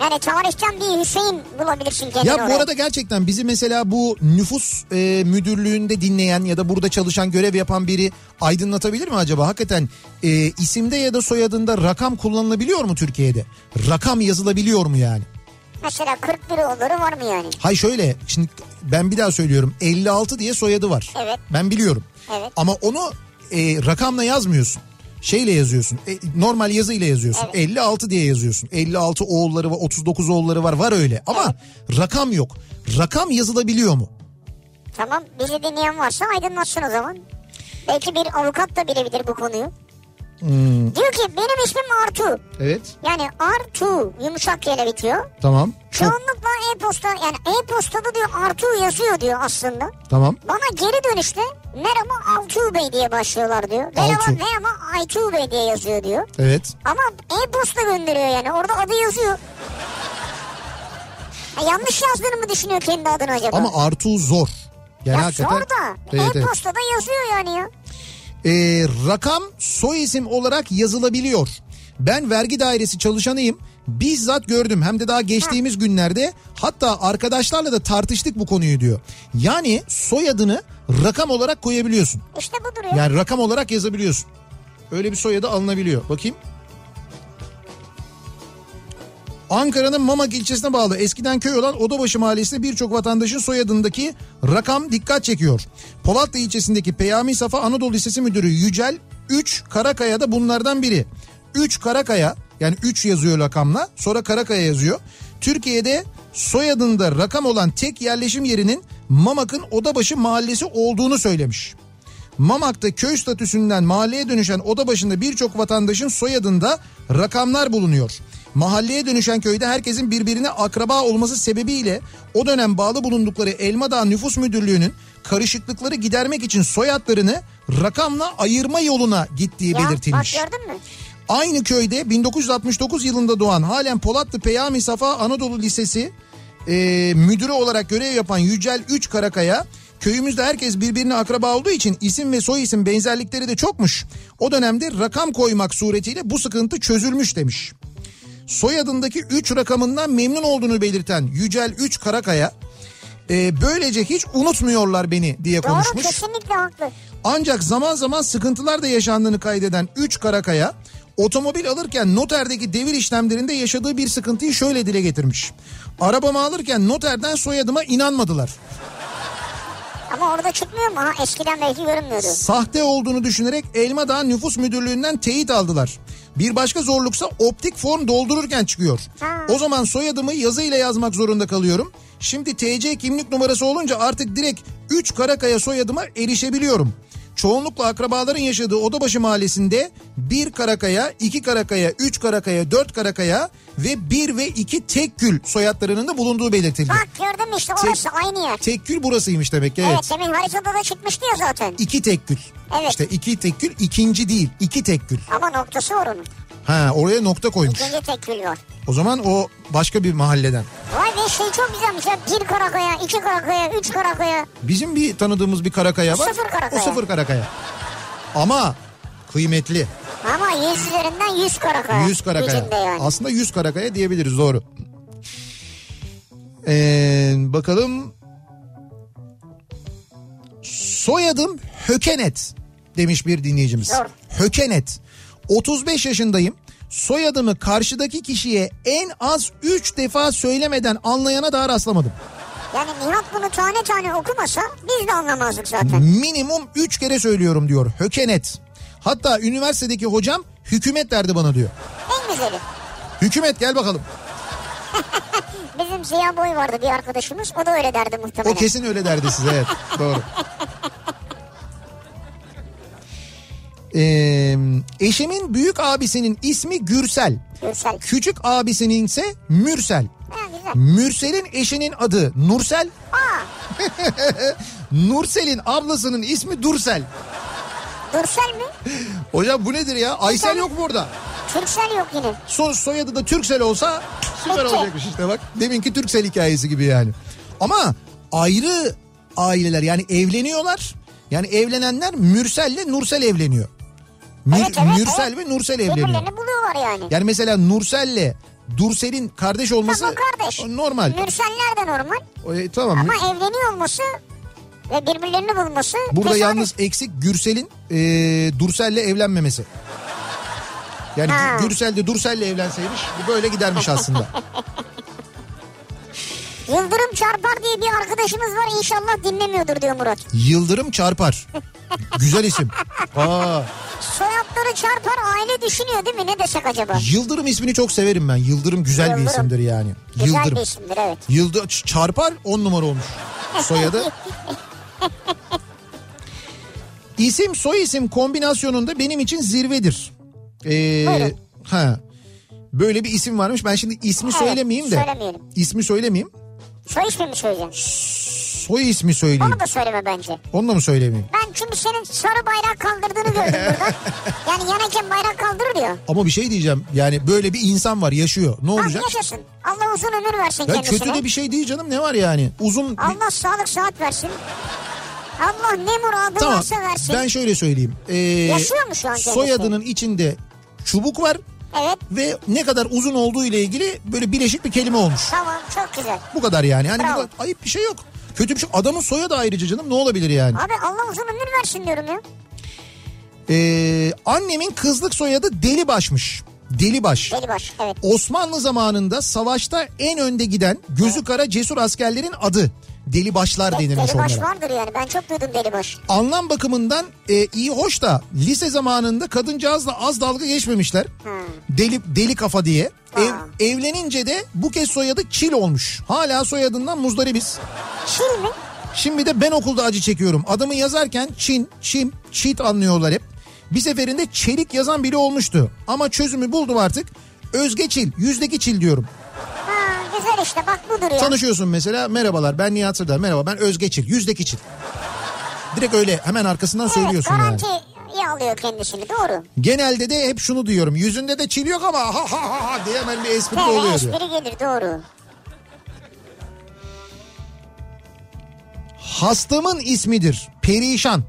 Yani tarihten bir Hüseyin bulabilirsin kendine ya bu oraya. arada gerçekten bizi mesela bu nüfus e, müdürlüğünde dinleyen ya da burada çalışan görev yapan biri aydınlatabilir mi acaba? Hakikaten e, isimde ya da soyadında rakam kullanılabiliyor mu Türkiye'de? Rakam yazılabiliyor mu yani? Mesela 41 olur var mı yani? Hay şöyle şimdi ben bir daha söylüyorum 56 diye soyadı var. Evet. Ben biliyorum. Evet. Ama onu e, rakamla yazmıyorsun. Şeyle yazıyorsun. e, normal yazıyla yazıyorsun. 56 diye yazıyorsun. 56 oğulları var, 39 oğulları var. Var öyle. Ama rakam yok. Rakam yazılabiliyor mu? Tamam bizi dinleyen varsa aydınlatsın o zaman. Belki bir avukat da bilebilir bu konuyu. Diyor ki benim ismim Artu. Hmm, Evet. Yani Artu yumuşak yere bitiyor. Tamam. Çok- Çoğunlukla e-posta yani e-postada diyor Artu yazıyor diyor aslında. Tamam. Bana geri dönüşte merhaba Altuğ Bey diye başlıyorlar diyor. Merhaba Altuğ. merhaba Aytuğ Bey diye yazıyor diyor. Evet. Ama e-posta gönderiyor yani orada adı yazıyor. Ha, yanlış yazdığını mı düşünüyor kendi adını acaba? Ama Artu zor. Yani ya hakikaten. zor da Evet, evet. e-postada yazıyor yani ya. Ee, rakam soy isim olarak yazılabiliyor. Ben vergi dairesi çalışanıyım. Bizzat gördüm hem de daha geçtiğimiz günlerde hatta arkadaşlarla da tartıştık bu konuyu diyor. Yani soyadını rakam olarak koyabiliyorsun. İşte bu duruyor. Yani rakam olarak yazabiliyorsun. Öyle bir soyadı alınabiliyor. Bakayım. Ankara'nın Mamak ilçesine bağlı eskiden köy olan Odabaşı mahallesinde birçok vatandaşın soyadındaki rakam dikkat çekiyor. Polatlı ilçesindeki Peyami Safa Anadolu Lisesi Müdürü Yücel 3 Karakaya da bunlardan biri. 3 Karakaya yani 3 yazıyor rakamla sonra Karakaya yazıyor. Türkiye'de soyadında rakam olan tek yerleşim yerinin Mamak'ın Odabaşı mahallesi olduğunu söylemiş. Mamak'ta köy statüsünden mahalleye dönüşen oda başında birçok vatandaşın soyadında rakamlar bulunuyor. Mahalleye dönüşen köyde herkesin birbirine akraba olması sebebiyle o dönem bağlı bulundukları Elmadağ Nüfus Müdürlüğü'nün karışıklıkları gidermek için soyadlarını rakamla ayırma yoluna gittiği Ya, belirtilmiş. Bak gördün mü? Aynı köyde 1969 yılında doğan halen Polatlı Peyami Safa Anadolu Lisesi e, müdürü olarak görev yapan Yücel 3 Karakaya köyümüzde herkes birbirine akraba olduğu için isim ve soy isim benzerlikleri de çokmuş. O dönemde rakam koymak suretiyle bu sıkıntı çözülmüş demiş. Soyadındaki 3 rakamından memnun olduğunu belirten Yücel 3 Karakaya e, böylece hiç unutmuyorlar beni diye Doğru konuşmuş. kesinlikle haklı. Ancak zaman zaman sıkıntılar da yaşandığını kaydeden 3 Karakaya otomobil alırken noterdeki devir işlemlerinde yaşadığı bir sıkıntıyı şöyle dile getirmiş. Arabamı alırken noterden soyadıma inanmadılar. Ama orada çıkmıyor mu? Ha, eskiden belki görünmüyordu. Sahte olduğunu düşünerek Elmadağ Nüfus Müdürlüğü'nden teyit aldılar. Bir başka zorluksa optik form doldururken çıkıyor. Ha. O zaman soyadımı yazıyla yazmak zorunda kalıyorum. Şimdi TC kimlik numarası olunca artık direkt 3 Karakaya soyadıma erişebiliyorum. Çoğunlukla akrabaların yaşadığı Odabaşı mahallesinde 1 Karakaya, 2 Karakaya, 3 Karakaya, 4 Karakaya ve 1 ve 2 Tekgül soyadlarının da bulunduğu belirtildi. Bak gördün mü işte orası aynı yer. Tekgül burasıymış demek ki evet. Evet demin haritada da çıkmıştı ya zaten. İki tekgül. Evet. İşte iki tekgül ikinci değil. iki tekgül. Ama noktası var onun. Ha oraya nokta koymuş. İkinci tekbir var. O zaman o başka bir mahalleden. Vay be şey çok güzelmiş ya. Bir karakaya, iki karakaya, üç karakaya. Bizim bir tanıdığımız bir karakaya var. Sıfır karakaya. O sıfır karakaya. Ama kıymetli. Ama yüz üzerinden yüz karakaya. 100 karakaya. Gücünde yani. Aslında 100 karakaya diyebiliriz doğru. Ee, bakalım. Soyadım Hökenet demiş bir dinleyicimiz. Doğru. Hökenet. 35 yaşındayım. Soyadımı karşıdaki kişiye en az 3 defa söylemeden anlayana daha rastlamadım. Yani Nihat bunu tane tane okumasa biz de anlamazdık zaten. Minimum 3 kere söylüyorum diyor Hökenet. Hatta üniversitedeki hocam hükümet derdi bana diyor. en güzeli. Hükümet gel bakalım. Bizim Ziya Boy vardı bir arkadaşımız. O da öyle derdi muhtemelen. O kesin öyle derdi size evet doğru. Ee, eşimin büyük abisinin ismi Gürsel. Gürsel. Küçük abisinin ise Mürsel. Ha, güzel. Mürsel'in eşinin adı Nursel. Aa, Nursel'in ablasının ismi Dursel. Gürsel mi? Hocam bu nedir ya? Aysel yok mu orada? Türksel yok yine. Son soyadı da Türksel olsa süper Peki. olacakmış işte bak. Deminki Türksel hikayesi gibi yani. Ama ayrı aileler yani evleniyorlar. Yani evlenenler Mürsel'le Nursel evleniyor. Mür- Evet, evet, Mürsel evet. ve Nursel evleniyor. Birbirlerini buluyorlar yani. Yani mesela Nursel'le Dursel'in kardeş olması Tamam kardeş. normal. Mürseller de normal E, tamam. ama evleniyor olması ve birbirlerini bulması Burada tesadüf. yalnız eksik Gürsel'in e, Dursel'le evlenmemesi. Yani Ha. Gürsel de Dursel'le evlenseymiş bu böyle gidermiş aslında. Yıldırım çarpar diye bir arkadaşımız var inşallah dinlemiyordur diyor Murat. Yıldırım çarpar. Güzel isim. Aa, Soyadları çarpar aile düşünüyor değil mi ne desek acaba? Yıldırım ismini çok severim ben. Yıldırım güzel bir Yıldırım. isimdir yani. Güzel Yıldırım. bir isimdir evet. Yıldır Ç- çarpar 10 numara olmuş. Soyadı. İsim soy isim kombinasyonunda benim için zirvedir. Ee, Buyurun. ha. Böyle bir isim varmış. Ben şimdi ismi Evet, söylemeyeyim de. söylemeyelim. İsmi söylemeyeyim. Soy ismi mi söyleyeceksin? Soy ismi söyleyeyim. Onu da söyleme bence. Onu da mı söylemeyeyim? Ben çünkü senin sarı bayrak kaldırdığını gördüm buradan. Yani yanayken bayrak kaldırır ya. Ama bir şey diyeceğim. Yani böyle bir insan var yaşıyor. Ne Tam olacak? yaşasın. Allah uzun ömür versin Ya kendisine. kötü de bir şey değil canım. Ne var yani? Uzun bir- Allah sağlık saat versin. Allah ne muradı Tamam. varsa versin. Ben şöyle söyleyeyim. Ee, Yaşıyor mu şu an kendisi? Soyadının içinde çubuk var Evet ve ne kadar uzun olduğu ile ilgili böyle bileşik bir kelime olmuş. tamam çok güzel. Bu kadar yani. Hani Bravo. burada ayıp bir şey yok. Kötü bir şey. Adamın soyadı ayrıca canım ne olabilir yani? Abi Allah uzun ömür versin diyorum ya. Ee, annemin kızlık soyadı Delibaş'mış. Delibaş. Deli baş evet. Osmanlı zamanında savaşta en önde giden gözü kara cesur askerlerin adı. Delibaşlar Deli denilmiş baş onlara. vardır yani ben çok duydum deli baş. Anlam bakımından e, iyi hoş da lise zamanında kadıncağızla az dalga geçmemişler. Deli, deli kafa diye. Ev, Aa. evlenince de bu kez soyadı Çil olmuş. Hala soyadından muzdaribiz. Çil mi? Şimdi de ben okulda acı çekiyorum. Adımı yazarken Çin, Çim, Çit anlıyorlar hep. Bir seferinde çelik yazan biri olmuştu. Ama çözümü buldum artık. Özge Çil, yüzdeki Çil diyorum. Ha, güzel işte bak budur ya. Tanışıyorsun mesela merhabalar ben Nihat Sırdar merhaba ben Özge Çil, yüzdeki Çil. Direkt öyle hemen arkasından evet söylüyorsun yani. garanti alıyor kendisini doğru. Genelde de hep şunu diyorum. Yüzünde de çil yok ama ha ha ha ha diye hemen bir espri de Evet oluyor diyor. espri gelir doğru. Hastamın ismidir. Perişan.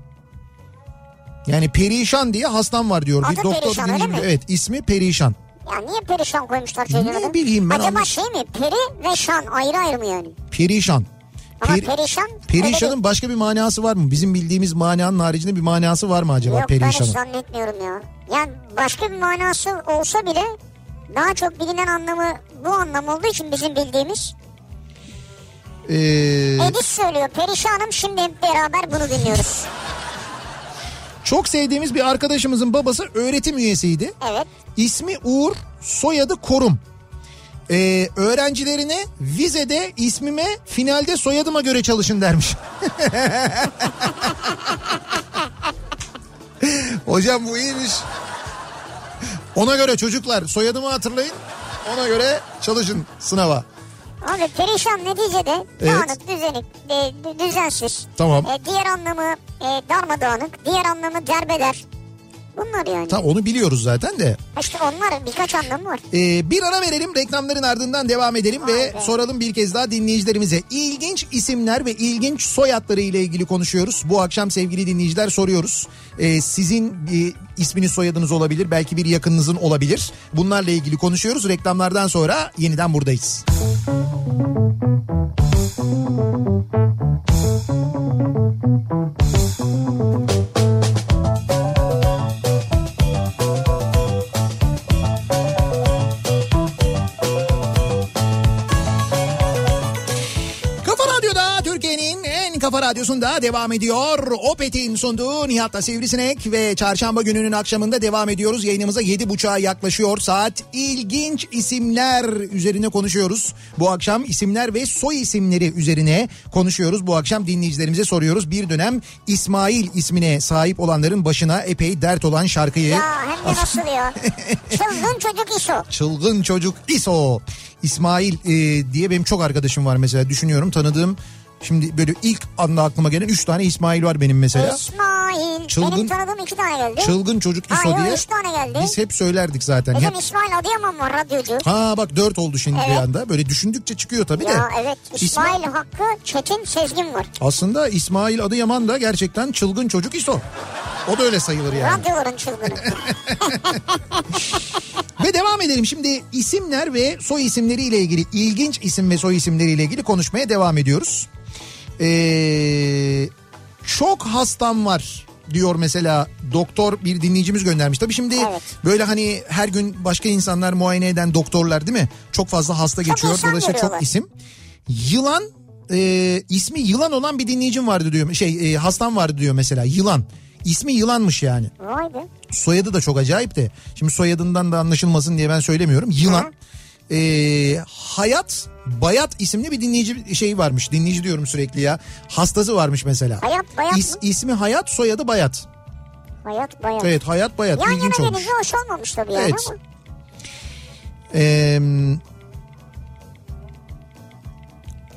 Yani perişan diye hastam var diyor. bir Adı doktor Perişan, öyle dinleyicimiz- mi? Evet ismi perişan. Ya niye perişan koymuşlar çocuğun Ne adını? bileyim ben Acaba anlaş- şey mi peri ve şan ayrı ayrı mı yani? Perişan. Ama Peri- perişan. öyle Perişanın başka bir manası var mı? Bizim bildiğimiz mananın haricinde bir manası var mı bir- acaba Yok ben hiç perişanın? zannetmiyorum ya. Yani başka bir manası olsa bile daha çok bilinen anlamı bu anlam olduğu için bizim bildiğimiz. Ee, Edis söylüyor perişanım şimdi hep beraber bunu dinliyoruz. çok sevdiğimiz bir arkadaşımızın babası öğretim üyesiydi. Evet. İsmi Uğur, soyadı Korum. Ee, öğrencilerine vizede ismime finalde soyadıma göre çalışın dermiş. Hocam bu iyiymiş. Ona göre çocuklar soyadımı hatırlayın. Ona göre çalışın sınava. Abi perişan neticede Evet. dağınık, düzenik, e, dü- düzensiz. Tamam. E, diğer anlamı e, darmadağınık, diğer anlamı derbeder. Bunlar yani. Tam onu biliyoruz zaten de. İşte onlar birkaç anlamı var. Ee, bir ara verelim reklamların ardından devam edelim Vay ve be. soralım bir kez daha dinleyicilerimize. İlginç isimler ve ilginç soyadları ile ilgili konuşuyoruz. Bu akşam sevgili dinleyiciler soruyoruz. Ee, sizin e, isminiz soyadınız olabilir belki bir yakınınızın olabilir. Bunlarla ilgili konuşuyoruz. Reklamlardan sonra yeniden buradayız. Kafa Radyo'da Türkiye'nin en kafa radyosunda devam ediyor. Opet'in sunduğu Nihat'la Sivrisinek ve çarşamba gününün akşamında devam ediyoruz. Yayınımıza 7.30'a yaklaşıyor saat. İlginç isimler üzerine konuşuyoruz. Bu akşam isimler ve soy isimleri üzerine konuşuyoruz. Bu akşam dinleyicilerimize soruyoruz. Bir dönem İsmail ismine sahip olanların başına epey dert olan şarkıyı... Ya hem de nasıl ya? Çılgın çocuk iş o. Çılgın çocuk İso. İsmail e, diye benim çok arkadaşım var mesela düşünüyorum tanıdığım. Şimdi böyle ilk anda aklıma gelen 3 tane İsmail var benim mesela. İsmail. İsmail. Çılgın- Benim tanıdığım iki tane geldi. Çılgın çocuk Hayır, İso o diye üç tane geldi. biz hep söylerdik zaten. Bizim Hep, İsmail Adıyaman var radyocu. ha bak dört oldu şimdi bir Evet. anda. Böyle düşündükçe çıkıyor tabii de. Ya evet İsmail Hakkı Çetin Sezgin var. Aslında İsmail Adıyaman da gerçekten çılgın çocuk İso. O da öyle sayılır yani. Radyoların çılgını. Ve devam edelim şimdi isimler ve soy isimleriyle ilgili ilginç isim ve soy isimleriyle ilgili konuşmaya devam ediyoruz. Ee, çok hastam var diyor mesela doktor bir dinleyicimiz göndermiş. Tabii şimdi Evet. böyle hani her gün başka insanlar muayene eden doktorlar değil mi? Çok fazla hasta geçiyor insan dolayısıyla çok görüyorlar. isim. Yılan e, ismi yılan olan bir dinleyicim vardı diyor. Şey e, hastam vardı diyor mesela yılan. İsmi yılanmış yani. Vay be. Soyadı da çok acayip de. Şimdi soyadından da anlaşılmasın diye ben söylemiyorum. Yılan. Ee, Hayat Bayat isimli bir dinleyici şey varmış. Dinleyici diyorum sürekli ya. Hastası varmış mesela. Hayat Bayat mı? ismi Hayat, soyadı Bayat. Hayat bayağı. Evet, Hayat Bayat. Yan yana İlginç olmuş. gelince hoş olmamış tabii yani Evet. ama. Ee,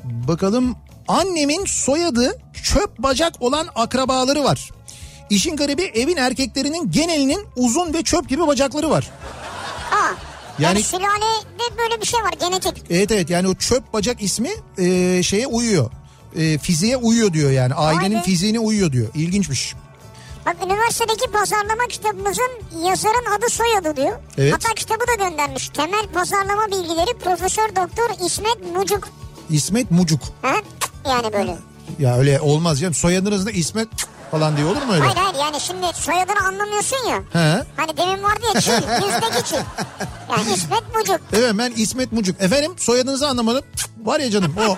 bakalım annemin soyadı çöp bacak olan akrabaları var. İşin garibi evin erkeklerinin genelinin uzun ve çöp gibi bacakları var. Aa, yani, Yani- sülalede böyle bir şey var genetik. Evet evet yani o çöp bacak ismi e, şeye uyuyor. E, fiziğe uyuyor diyor yani. Ailenin Vay be. fiziğine uyuyor diyor. İlginçmiş. Bak üniversitedeki pazarlama kitabımızın yazarın adı soyadı diyor. Evet. Hatta kitabı da göndermiş. Temel pazarlama bilgileri Profesör Doktor İsmet Mucuk. İsmet Mucuk. Ha? Yani böyle. Ya öyle olmaz canım. Soyadınızda İsmet falan diye olur mu öyle? Hayır hayır yani şimdi soyadını anlamıyorsun ya. He. Hani demin vardı ya çil, yüzdeki çil. Yani İsmet Mucuk. Evet ben İsmet Mucuk. Efendim soyadınızı anlamadım. Var ya canım o.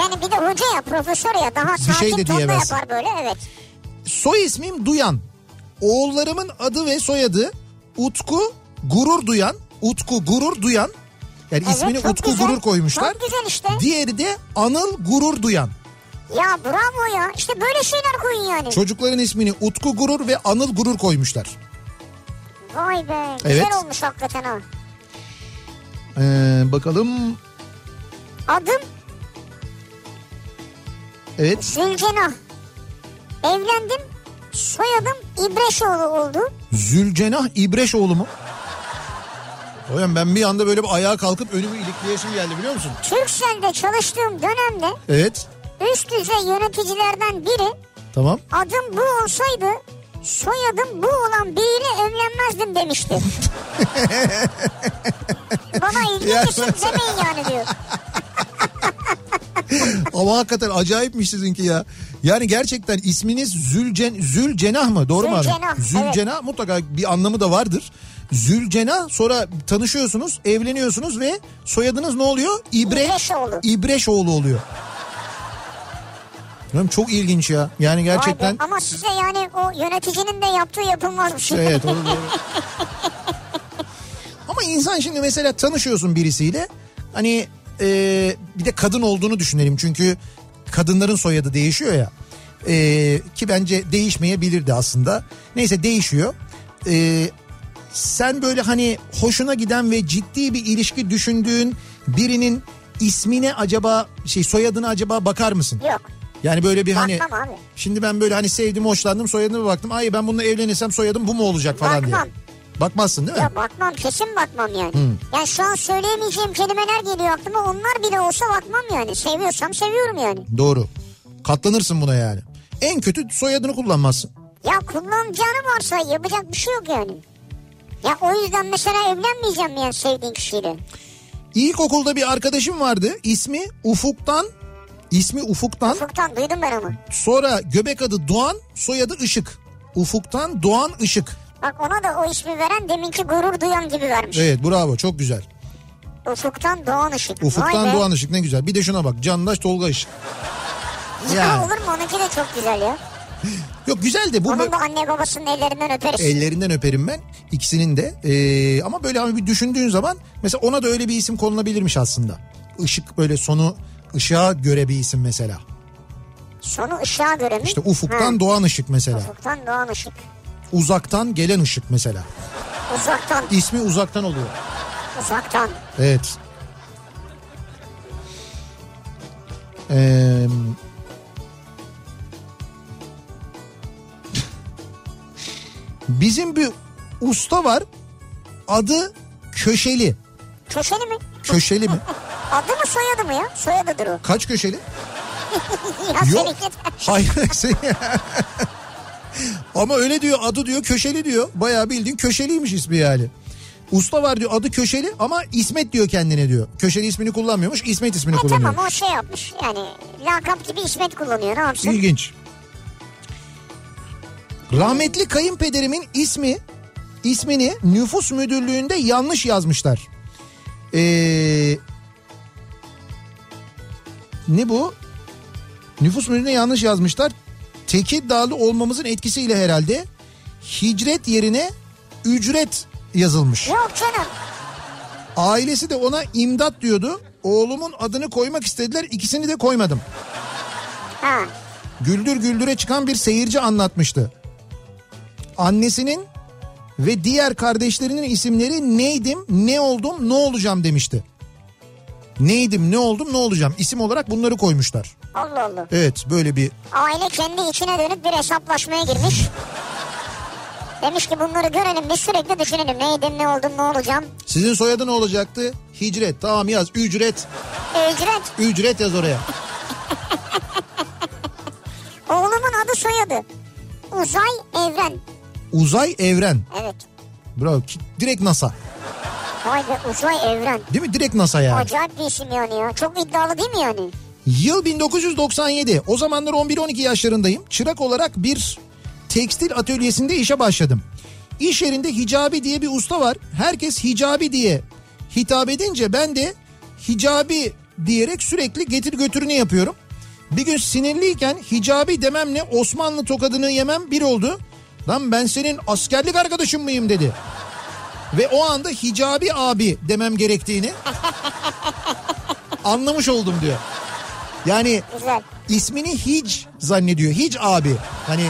Yani bir de hoca ya profesör ya daha şey sakin de tonda diyemez. yapar böyle evet. Soy ismim Duyan. Oğullarımın adı ve soyadı Utku Gurur Duyan. Utku Gurur Duyan. Yani Evet, ismini çok Utku güzel. Gurur koymuşlar. Çok güzel işte. Diğeri de Anıl Gurur Duyan. Ya bravo ya. İşte böyle şeyler koyun yani. Çocukların ismini Utku Gurur ve Anıl Gurur koymuşlar. Vay be. Evet. Güzel olmuş hakikaten ha. Ee, bakalım. Adım Evet. Zülcenah. Evlendim. Soyadım İbreşoğlu oldu. Zülcenah İbreşoğlu mu? Oyan ben bir anda böyle bir ayağa kalkıp önümü ilikleyesim geldi biliyor musun? Türkcell'de çalıştığım dönemde Evet. üst düzey yöneticilerden biri Tamam. adım bu olsaydı soyadım bu olan biriyle evlenmezdim demişti. Bana ilginçsin demeyin yani diyor. Ama hakikaten acayipmiş sizinki ya. Yani gerçekten isminiz Zülcen Zülcenah mı? Doğru mu abi? Zülcenah, evet. Zülcenah mutlaka bir anlamı da vardır. Zülcenah sonra tanışıyorsunuz, evleniyorsunuz ve soyadınız ne oluyor? İbre İbreşoğlu. İbreşoğlu oluyor. Oğlum Çok ilginç ya. Yani Vay be. gerçekten Ama size yani o yöneticinin de yaptığı yapılmaz bir şey. Evet onu doğru. Ama insan şimdi mesela tanışıyorsun birisiyle hani e, bir de kadın olduğunu düşünelim çünkü kadınların soyadı değişiyor ya E, ki bence değişmeyebilirdi aslında neyse değişiyor E, sen böyle hani hoşuna giden ve ciddi bir ilişki düşündüğün birinin ismine acaba şey soyadına acaba bakar mısın? Yok. Yani böyle bir hani Bakmam abi. şimdi ben böyle hani sevdim hoşlandım soyadına baktım. Ay ben bununla evlenirsem soyadım bu mu olacak falan Bakmam. diye. Bakmazsın değil mi? Ya bakmam kesin bakmam yani. Hmm. Yani şu an söyleyemeyeceğim kelimeler geliyor aklıma. Onlar bile olsa bakmam yani. Seviyorsam seviyorum yani. Doğru. Katlanırsın buna yani. En kötü soyadını kullanmazsın. Ya kullanacağını varsa yapacak bir şey yok yani. Ya o yüzden mesela evlenmeyeceğim yani sevdiğin kişiyle. İlkokulda bir arkadaşım vardı. İsmi Ufuk'tan ismi Ufuk'tan Çoktan duydum ben onu. sonra göbek adı Doğan soyadı Işık. Ufuk'tan Doğan Işık. Bak ona da o ismi veren deminki gurur duyan gibi vermiş. Evet bravo çok güzel. Ufuktan Doğan Işık. Vay Ufuk'tan be. Doğan Işık ne güzel. Bir de şuna bak Candaş Tolga Işık. Ya Yani. olur mu? Onunki de çok güzel ya. Yok güzel de bu Onun da anne babasının ellerinden öperiz. Ellerinden öperim ben ikisinin de. Ee, ama böyle hani bir düşündüğün zaman mesela ona da öyle bir isim konulabilirmiş aslında. Işık böyle sonu ışığa göre bir isim mesela. Sonu ışığa göre mi? İşte ufuktan Ha, doğan ışık mesela. Ufuktan Doğan Işık. Uzaktan gelen ışık mesela. Uzaktan. İsmi uzaktan oluyor. Uzaktan. Evet. Ee, Bizim bir usta var. Adı Köşeli. Köşeli mi? Köşeli mi? Adı mı soyadı mı ya? Soyadıdır o. Kaç köşeli? ya Yok. seni git. Hayır. sen- Ama öyle diyor adı diyor köşeli diyor. Bayağı bildiğin köşeliymiş ismi yani. Usta var diyor adı köşeli ama İsmet diyor kendine diyor. Köşeli ismini kullanmıyormuş İsmet ismini E kullanıyor. tamam o şey yapmış yani lakap gibi İsmet kullanıyor ne yapsın? İlginç. Rahmetli kayınpederimin ismi ismini nüfus müdürlüğünde yanlış yazmışlar. Ee, ne bu? Nüfus müdürlüğüne yanlış yazmışlar. Teki dağlı olmamızın etkisiyle herhalde hicret yerine ücret yazılmış. Yok canım Ailesi de ona imdat diyordu. Oğlumun adını koymak istediler ikisini de koymadım. ha Güldür Güldür'e çıkan bir seyirci anlatmıştı. Annesinin ve diğer kardeşlerinin isimleri neydim, ne oldum, ne olacağım demişti. Neydim, ne oldum, ne olacağım. İsim olarak bunları koymuşlar. Allah Allah. Evet böyle bir Aile kendi içine dönüp bir hesaplaşmaya girmiş. Demiş ki bunları görelim biz sürekli düşünelim neydim ne oldum ne olacağım. sizin soyadı ne olacaktı? Hicret tamam yaz ücret E, ücret ücret yaz oraya. oğlumun adı soyadı. Uzay Evren. Uzay evren. Evet. Bravo Ki- direkt NASA Vay be Uzay Evren. değil mi direkt NASA yani. Acayip bir isim yani ya. Çok iddialı değil mi yani? Yıl 1997. O zamanlar 11-12 yaşlarındayım. Çırak olarak bir tekstil atölyesinde işe başladım. İş yerinde Hicabi diye bir usta var. Herkes Hicabi diye hitap edince ben de Hicabi diyerek sürekli getir götürünü yapıyorum. Bir gün sinirliyken Hicabi dememle Osmanlı tokadını yemem bir oldu. Lan ben senin askerlik arkadaşın mıyım dedi. Ve o anda Hicabi abi demem gerektiğini anlamış oldum diyor. Yani Güzel. ismini Hic zannediyor. Hic abi. Hani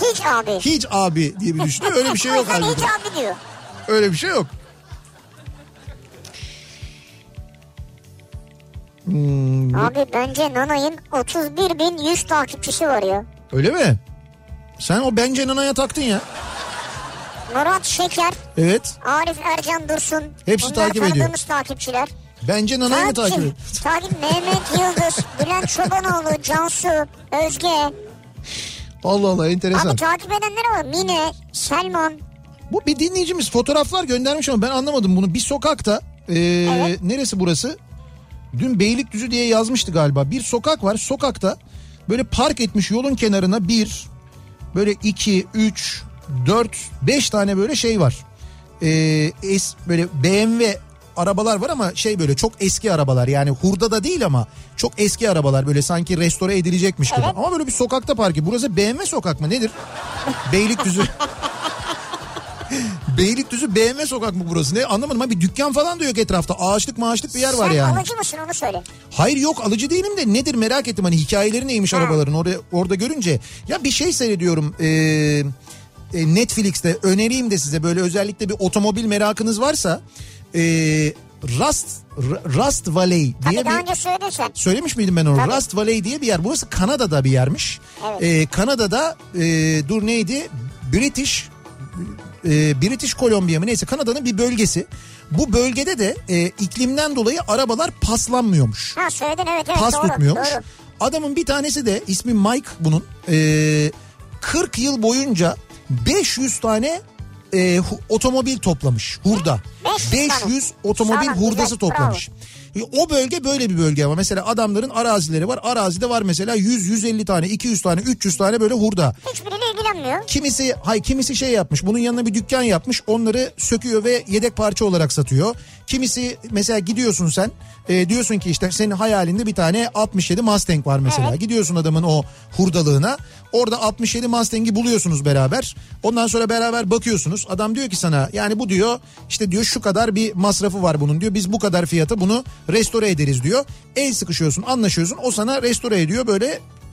Hiç abi. Hic abi diye bir düşünüyor. Öyle bir şey yok o yüzden halbuki. hiç abi diyor. Öyle bir şey yok. Abi bence Nana'nın 31.100 takipçisi var ya. Öyle mi? Sen o bence nanaya taktın ya. Murat Şeker, Evet. Arif Ercan Dursun. Hepsi bunlar takip ediyor. tanıdığımız takipçiler. Bence nanayı mı takip ediyor? Takip Mehmet Yıldız, Bülent Çobanoğlu, Cansu, Özge. Allah Allah enteresan. Abi takip edenler var. Mine, Selman. Bu bir dinleyicimiz fotoğraflar göndermiş ama ben anlamadım bunu. Bir sokakta e, neresi burası? Dün Beylikdüzü diye yazmıştı galiba. Bir sokak var. Sokakta böyle park etmiş yolun kenarına bir böyle iki, üç, dört, beş tane böyle şey var. E, es, böyle BMW arabalar var ama şey böyle çok eski arabalar yani hurda da değil ama çok eski arabalar böyle sanki restore edilecekmiş gibi. Ama böyle bir sokakta parkı. Burası BMW sokak mı nedir? Beylikdüzü. Beylikdüzü BMW sokak mı burası ne anlamadım ama bir dükkan falan da yok etrafta ağaçlık maaşlık bir yer var Sen yani. alıcı mısın onu söyle. Hayır yok alıcı değilim de nedir merak ettim hani hikayeleri neymiş arabaların orada, orada görünce. Ya bir şey seyrediyorum ee, e, Netflix'te önereyim de size böyle özellikle bir otomobil merakınız varsa ee, Rust, R- Rust Valley Tabii diye daha bir... önce söyledin sen. Söylemiş miydim ben onu? Tabii. Rust Valley diye bir yer. Burası Kanada'da bir yermiş. Evet. Ee, Kanada'da e, dur neydi? British e, British Columbia mı neyse Kanada'nın bir bölgesi. Bu bölgede de e, iklimden dolayı arabalar paslanmıyormuş. Ha söyledin evet evet Pas doğru. tutmuyormuş. Doğru. Adamın bir tanesi de ismi Mike bunun. e, 40 yıl boyunca 500 tane e, hu- otomobil toplamış hurda. 500 tane. 500 otomobil Sağlam, hurdası güzel, toplamış. E, O bölge böyle bir bölge ama mesela adamların arazileri var. Arazide var mesela 100 150 tane, 200 tane, 300 tane böyle hurda. Hiçbiriyle ilgilenmiyor. Kimisi hay kimisi şey yapmış. Bunun yanına bir dükkan yapmış. Onları söküyor ve yedek parça olarak satıyor. Kimisi mesela gidiyorsun sen e, diyorsun ki işte senin hayalinde bir tane 67 Mustang var mesela. Gidiyorsun adamın o hurdalığına. Orada 67 Mustang'i buluyorsunuz beraber. Ondan sonra beraber bakıyorsunuz. Adam diyor ki sana yani bu diyor işte diyor şu kadar bir masrafı var bunun diyor. Biz bu kadar fiyata bunu restore ederiz diyor. El sıkışıyorsun anlaşıyorsun. O sana restore ediyor böyle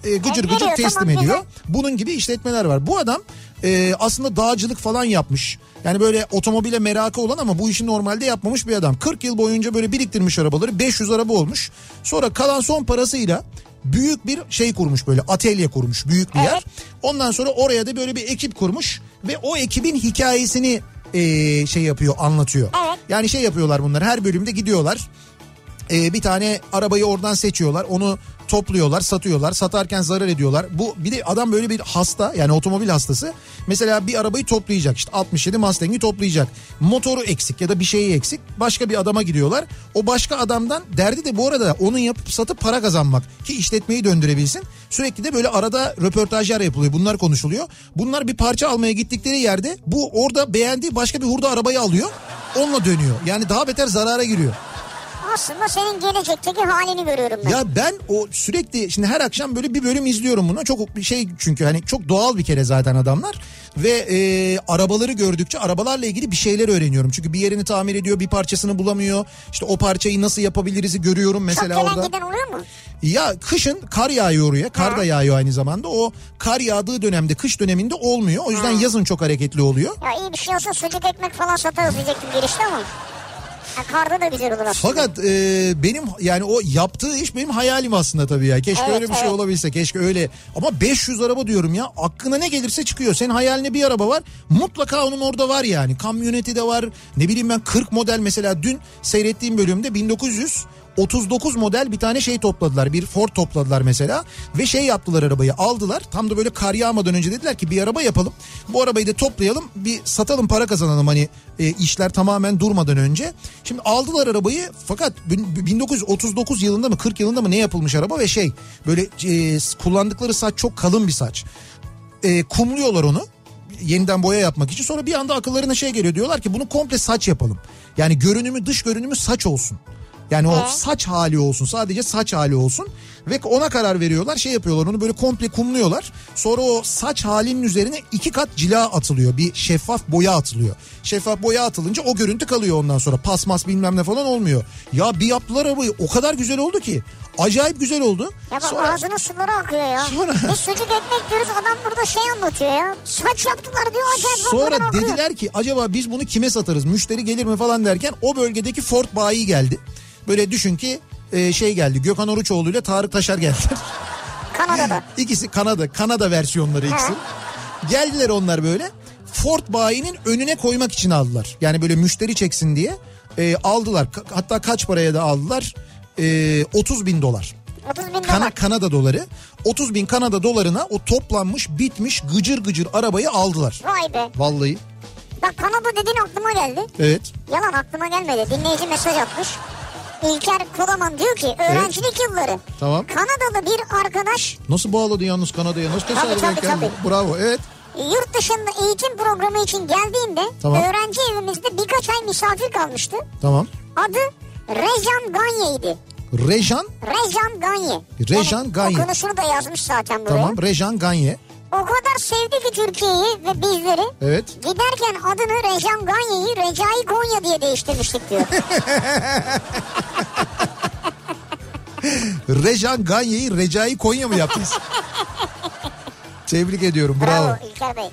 e, gıcır Veriyor, gıcır tamam, teslim güzel. ediyor. Bunun gibi işletmeler var. Bu adam e, aslında dağcılık falan yapmış. Yani böyle otomobile merakı olan ama bu işi normalde yapmamış bir adam. 40 yıl boyunca böyle biriktirmiş arabaları 500 araba olmuş. Sonra kalan son parasıyla büyük bir şey kurmuş böyle atölye kurmuş büyük bir yer. Ondan sonra oraya da böyle bir ekip kurmuş ve o ekibin hikayesini eee, şey yapıyor anlatıyor. Evet. Yani şey yapıyorlar bunlar her bölümde gidiyorlar. Ee, bir tane arabayı oradan seçiyorlar. Onu topluyorlar, satıyorlar. Satarken zarar ediyorlar. Bu bir de adam böyle bir hasta yani otomobil hastası. Mesela bir arabayı toplayacak işte 67 Mustang'i toplayacak. Motoru eksik ya da bir şeyi eksik. Başka bir adama gidiyorlar. O başka adamdan derdi de bu arada onun yapıp satıp para kazanmak ki işletmeyi döndürebilsin. Sürekli de böyle arada röportajlar yapılıyor. Bunlar konuşuluyor. Bunlar bir parça almaya gittikleri yerde bu orada beğendiği başka bir hurda arabayı alıyor. Onunla dönüyor. Yani daha beter zarara giriyor. Aslında senin gelecekteki halini görüyorum ben. Ya ben o sürekli şimdi her akşam böyle bir bölüm izliyorum bunu. Çok bir şey çünkü hani çok doğal bir kere zaten adamlar. Ve e, arabaları gördükçe arabalarla ilgili bir şeyler öğreniyorum. Çünkü bir yerini tamir ediyor bir parçasını bulamıyor. İşte o parçayı nasıl yapabiliriz'i görüyorum Çok mesela gelen orada. giden oluyor mu? Ya kışın kar yağıyor oraya. Kar da yağıyor aynı zamanda. O kar yağdığı dönemde kış döneminde olmuyor. O yüzden yazın çok hareketli oluyor. Ya iyi bir şey olsa sucuk ekmek falan satarız diyecektim girişte ama. Ya karda da güzel olur aslında. Fakat e, benim yani o yaptığı iş benim hayalim aslında tabii ya. Keşke Evet, öyle bir şey evet. olabilse. Keşke öyle. Ama 500 araba diyorum ya. Aklına ne gelirse çıkıyor. Senin hayalinde bir araba var. Mutlaka onun orada var yani. Kamyoneti de var. Ne bileyim ben 40 model mesela dün seyrettiğim bölümde 1900 39 model bir tane şey topladılar. Bir Ford topladılar mesela ve şey yaptılar arabayı aldılar. Tam da böyle kar yağmadan önce dediler ki bir araba yapalım. Bu arabayı da toplayalım bir satalım para kazanalım hani e, işler tamamen durmadan önce. Şimdi aldılar arabayı fakat bin- 1939 yılında mı 40 yılında mı ne yapılmış araba ve şey böyle e, kullandıkları saç çok kalın bir saç. E, kumluyorlar onu yeniden boya yapmak için sonra bir anda akıllarına şey geliyor diyorlar ki bunu komple saç yapalım. Yani görünümü dış görünümü saç olsun. Yani o Ee? saç hali olsun sadece saç hali olsun ve ona karar veriyorlar şey yapıyorlar onu böyle komple kumluyorlar sonra o saç halinin üzerine iki kat cila atılıyor bir şeffaf boya atılıyor şeffaf boya atılınca o görüntü kalıyor ondan sonra pasmas bilmem ne falan olmuyor ya bir yaptılar arabayı o kadar güzel oldu ki acayip güzel oldu Ya bak Sonra- ağzının suları akıyor ya. Sonra- Biz sucuk ekmek diyoruz adam burada şey anlatıyor ya. Saç yaptılar diyor acayip Sonra bakmadan akıyor. dediler ki acaba biz bunu kime satarız müşteri gelir mi falan derken o bölgedeki Ford bayi geldi. Böyle düşün ki e, şey geldi Gökhan Oruçoğlu ile Tarık Taşar geldiler. Kanada'da. İkisi Kanada, Kanada versiyonları ikisi. Ha. Geldiler onlar böyle. Ford bayinin önüne koymak için aldılar. Yani böyle müşteri çeksin diye e, aldılar. Ka- hatta kaç paraya da aldılar? E, 30 bin dolar. 30 bin Kana, dolar. Kanada doları. 30 bin Kanada dolarına o toplanmış bitmiş gıcır gıcır arabayı aldılar. Vay be. Vallahi Bak Kanada dediğin aklıma geldi. evet. Yalan aklıma gelmedi. Dinleyici mesaj atmış. İlker Kolaman diyor ki öğrencilik yılları. Tamam. Kanadalı bir arkadaş Nasıl bağladı yalnız Kanada'ya? Nasıl tesadüf tabii, denk geldi? Bravo evet. yurt dışında eğitim programı için geldiğinde Tamam. öğrenci evimizde birkaç ay misafir kalmıştı. Tamam. Adı Rejan Ganye'ydi. Rejan Rejan Ganye. Rejan Ganye. Okunuşunu da yazmış zaten buraya. tamam Rejan Ganye. O kadar sevdi ki Türkiye'yi ve bizleri. Evet. Giderken adını Rejan Ganye'yi Recai Konya diye değiştirmiştik diyor. Rejan Ganye'yi Recai Konya mı yaptınız? Tebrik ediyorum bravo. Bravo İlker Bey.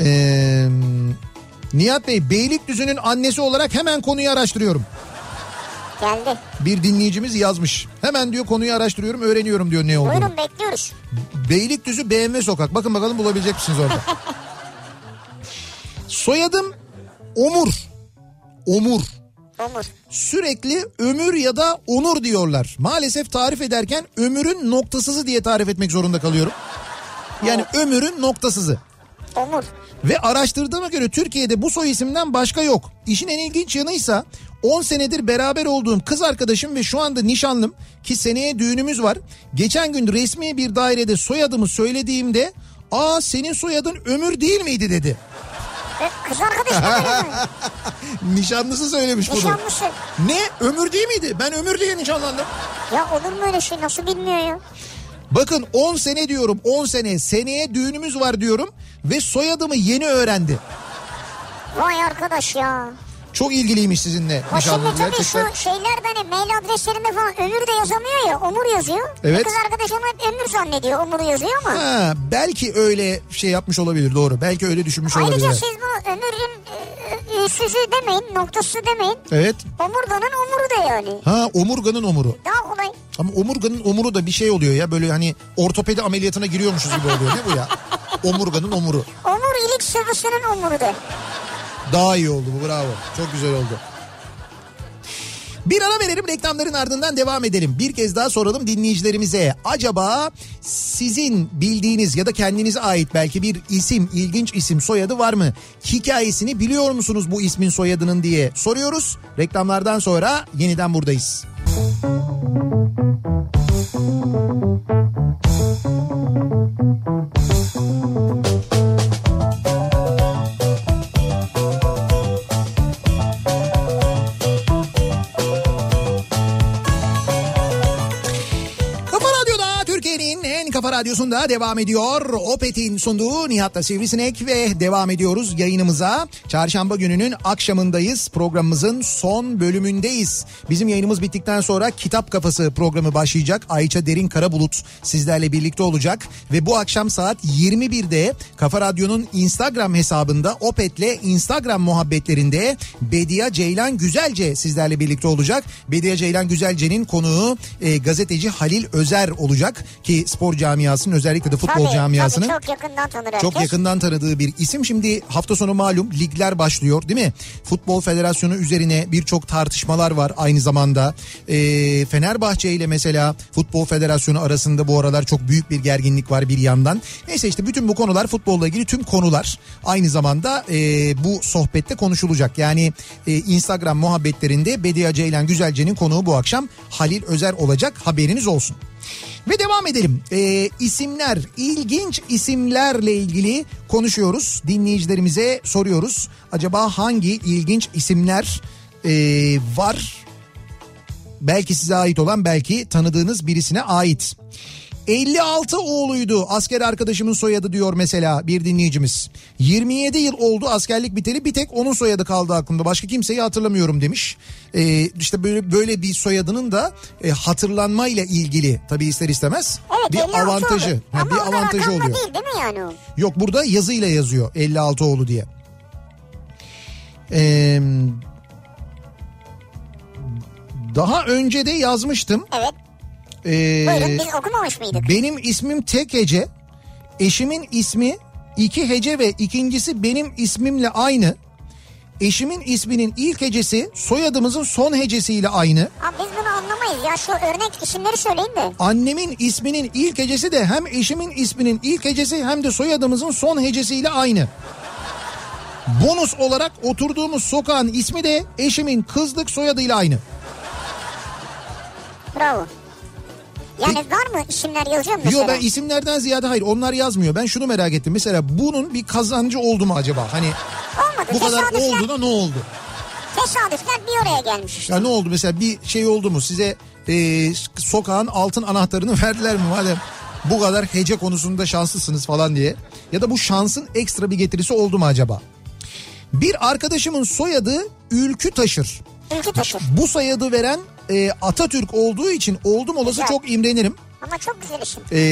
Ee, Nihat Bey Beylikdüzü'nün annesi olarak hemen konuyu araştırıyorum. Geldi. Bir dinleyicimiz yazmış. Hemen diyor konuyu araştırıyorum öğreniyorum diyor ne olduğunu. Buyurun bekliyoruz. Beylikdüzü BMW sokak. Bakın bakalım bulabilecek misiniz orada? Soyadım Omur. Omur. Umur. Sürekli ömür ya da onur diyorlar. Maalesef tarif ederken ömürün noktasızı diye tarif etmek zorunda kalıyorum. Yani ömürün noktasızı. Umur. Ve araştırdığıma göre Türkiye'de bu soy isimden başka yok. İşin en ilginç yanıysa 10 senedir beraber olduğum kız arkadaşım ve şu anda nişanlım ki seneye düğünümüz var. Geçen gün resmi bir dairede soyadımı söylediğimde aa senin soyadın ömür değil miydi dedi. E, Kız arkadaşım mı? Nişanlısı söylemiş bunu. Nişanlısı. Ne ömür değil miydi? Ben ömür diye nişanlandım. Ya olur mu öyle şey nasıl bilmiyor ya? Bakın 10 sene diyorum 10 sene seneye düğünümüz var diyorum ve soyadımı yeni öğrendi. Vay arkadaş ya. Çok ilgiliymiş sizinle O şimdi nişanlınız tabii gerçekten. şu şeyler de hani mail adreslerinde falan ömür de yazamıyor ya. Umur yazıyor. Evet. E, Kız arkadaşım hep ömür zannediyor. Umur yazıyor ama. Ha, belki öyle şey yapmış olabilir doğru. Belki öyle düşünmüş olabilir. Ayrıca şey- siz bunu ömürün e, e, süzü demeyin, noktası demeyin. Evet. Omurganın omuru da yani. Ha omurganın omuru. Daha kolay. Ama omurganın omuru da bir şey oluyor ya böyle hani ortopedi ameliyatına giriyormuşuz gibi oluyor. Ne bu ya? Omurganın omuru. Omur ilik sıvısının omurudur. Daha iyi oldu bu bravo. Çok güzel oldu. Bir ara verelim reklamların ardından devam edelim. Bir kez daha soralım dinleyicilerimize. Acaba sizin bildiğiniz ya da kendinize ait belki bir isim, ilginç isim, soyadı var mı? Hikayesini biliyor musunuz bu ismin soyadının diye soruyoruz. Reklamlardan sonra yeniden buradayız. Kafa Radyo'da Türkiye'nin en kafa radyosunda devam ediyor. Opet'in sunduğu Nihat'la Sivrisinek ve devam ediyoruz yayınımıza. Çarşamba gününün akşamındayız. Programımızın son bölümündeyiz. Bizim yayınımız bittikten sonra Kitap Kafası programı başlayacak. Ayça Derin Karabulut sizlerle birlikte olacak. Ve bu akşam saat 21'de Kafa Radyo'nun Instagram hesabında Opet'le Instagram muhabbetlerinde Bedia Ceylan Güzelce sizlerle birlikte olacak. Bediye Ceylan Güzelce'nin konuğu e, gazeteci Halil Özer olacak ki spor camiasının özellikle de futbol tabii, camiasının Tabii, çok yakından tanır herkes. çok yakından tanıdığı bir isim. Şimdi hafta sonu malum ligler başlıyor değil mi? Futbol Federasyonu üzerine birçok tartışmalar var aynı zamanda. Ee, Fenerbahçe ile mesela Futbol Federasyonu arasında bu aralar çok büyük bir gerginlik var bir yandan. Neyse işte bütün bu konular futbolla ilgili tüm konular aynı zamanda e, bu sohbette konuşulacak. Yani e, Instagram muhabbetlerinde Bediye Ceylan Güzelce'nin konuğu bu akşam Halil Özer olacak haberiniz olsun. Ve devam edelim. Ee, isimler, ilginç isimlerle ilgili konuşuyoruz. Dinleyicilerimize soruyoruz. Acaba hangi ilginç isimler ee, var? Belki size ait olan, belki tanıdığınız birisine ait. 56 oğluydu asker arkadaşımın soyadı diyor mesela bir dinleyicimiz. 27 yıl oldu askerlik biteli bir tek onun soyadı kaldı aklımda başka kimseyi hatırlamıyorum demiş. Ee, işte böyle böyle bir soyadının da e, hatırlanmayla ilgili tabii ister istemez Evet, bir 56 avantajı. olur. Ha, Ama bir o da avantajı rakamla oluyor. değil değil mi yani o? Yok burada yazıyla yazıyor 56 oğlu diye. Ee, daha önce de yazmıştım. Evet. Ee, Buyurun biz okumamış mıydık? benim ismim tek hece. Eşimin ismi iki hece ve ikincisi benim ismimle aynı. Eşimin isminin ilk hecesi soyadımızın son hecesiyle aynı. Abi biz bunu anlamayız ya şu örnek isimleri söyleyin de. Annemin isminin ilk hecesi de hem eşimin isminin ilk hecesi hem de soyadımızın son hecesiyle aynı. Bonus olarak oturduğumuz sokağın ismi de eşimin kızlık soyadıyla aynı. Bravo. Yani var mı isimler yazıyor mu mesela? Yo ben isimlerden ziyade hayır onlar yazmıyor. Ben şunu merak ettim. Mesela bunun bir kazancı oldu mu acaba? Hani Olmadı. bu kadar tesadüfler, oldu da ne oldu? tesadüfler bir oraya gelmiş işte. Ya ne oldu mesela bir şey oldu mu size e, sokağın altın anahtarını verdiler mi madem bu kadar hece konusunda şanslısınız falan diye ya da bu şansın ekstra bir getirisi oldu mu acaba? Bir arkadaşımın soyadı Ülkü Taşır. Ülkü taşır. Bu soyadı veren e, Atatürk olduğu için oldum olası Güzel. çok imrenirim. Ama çok güzel isim. E,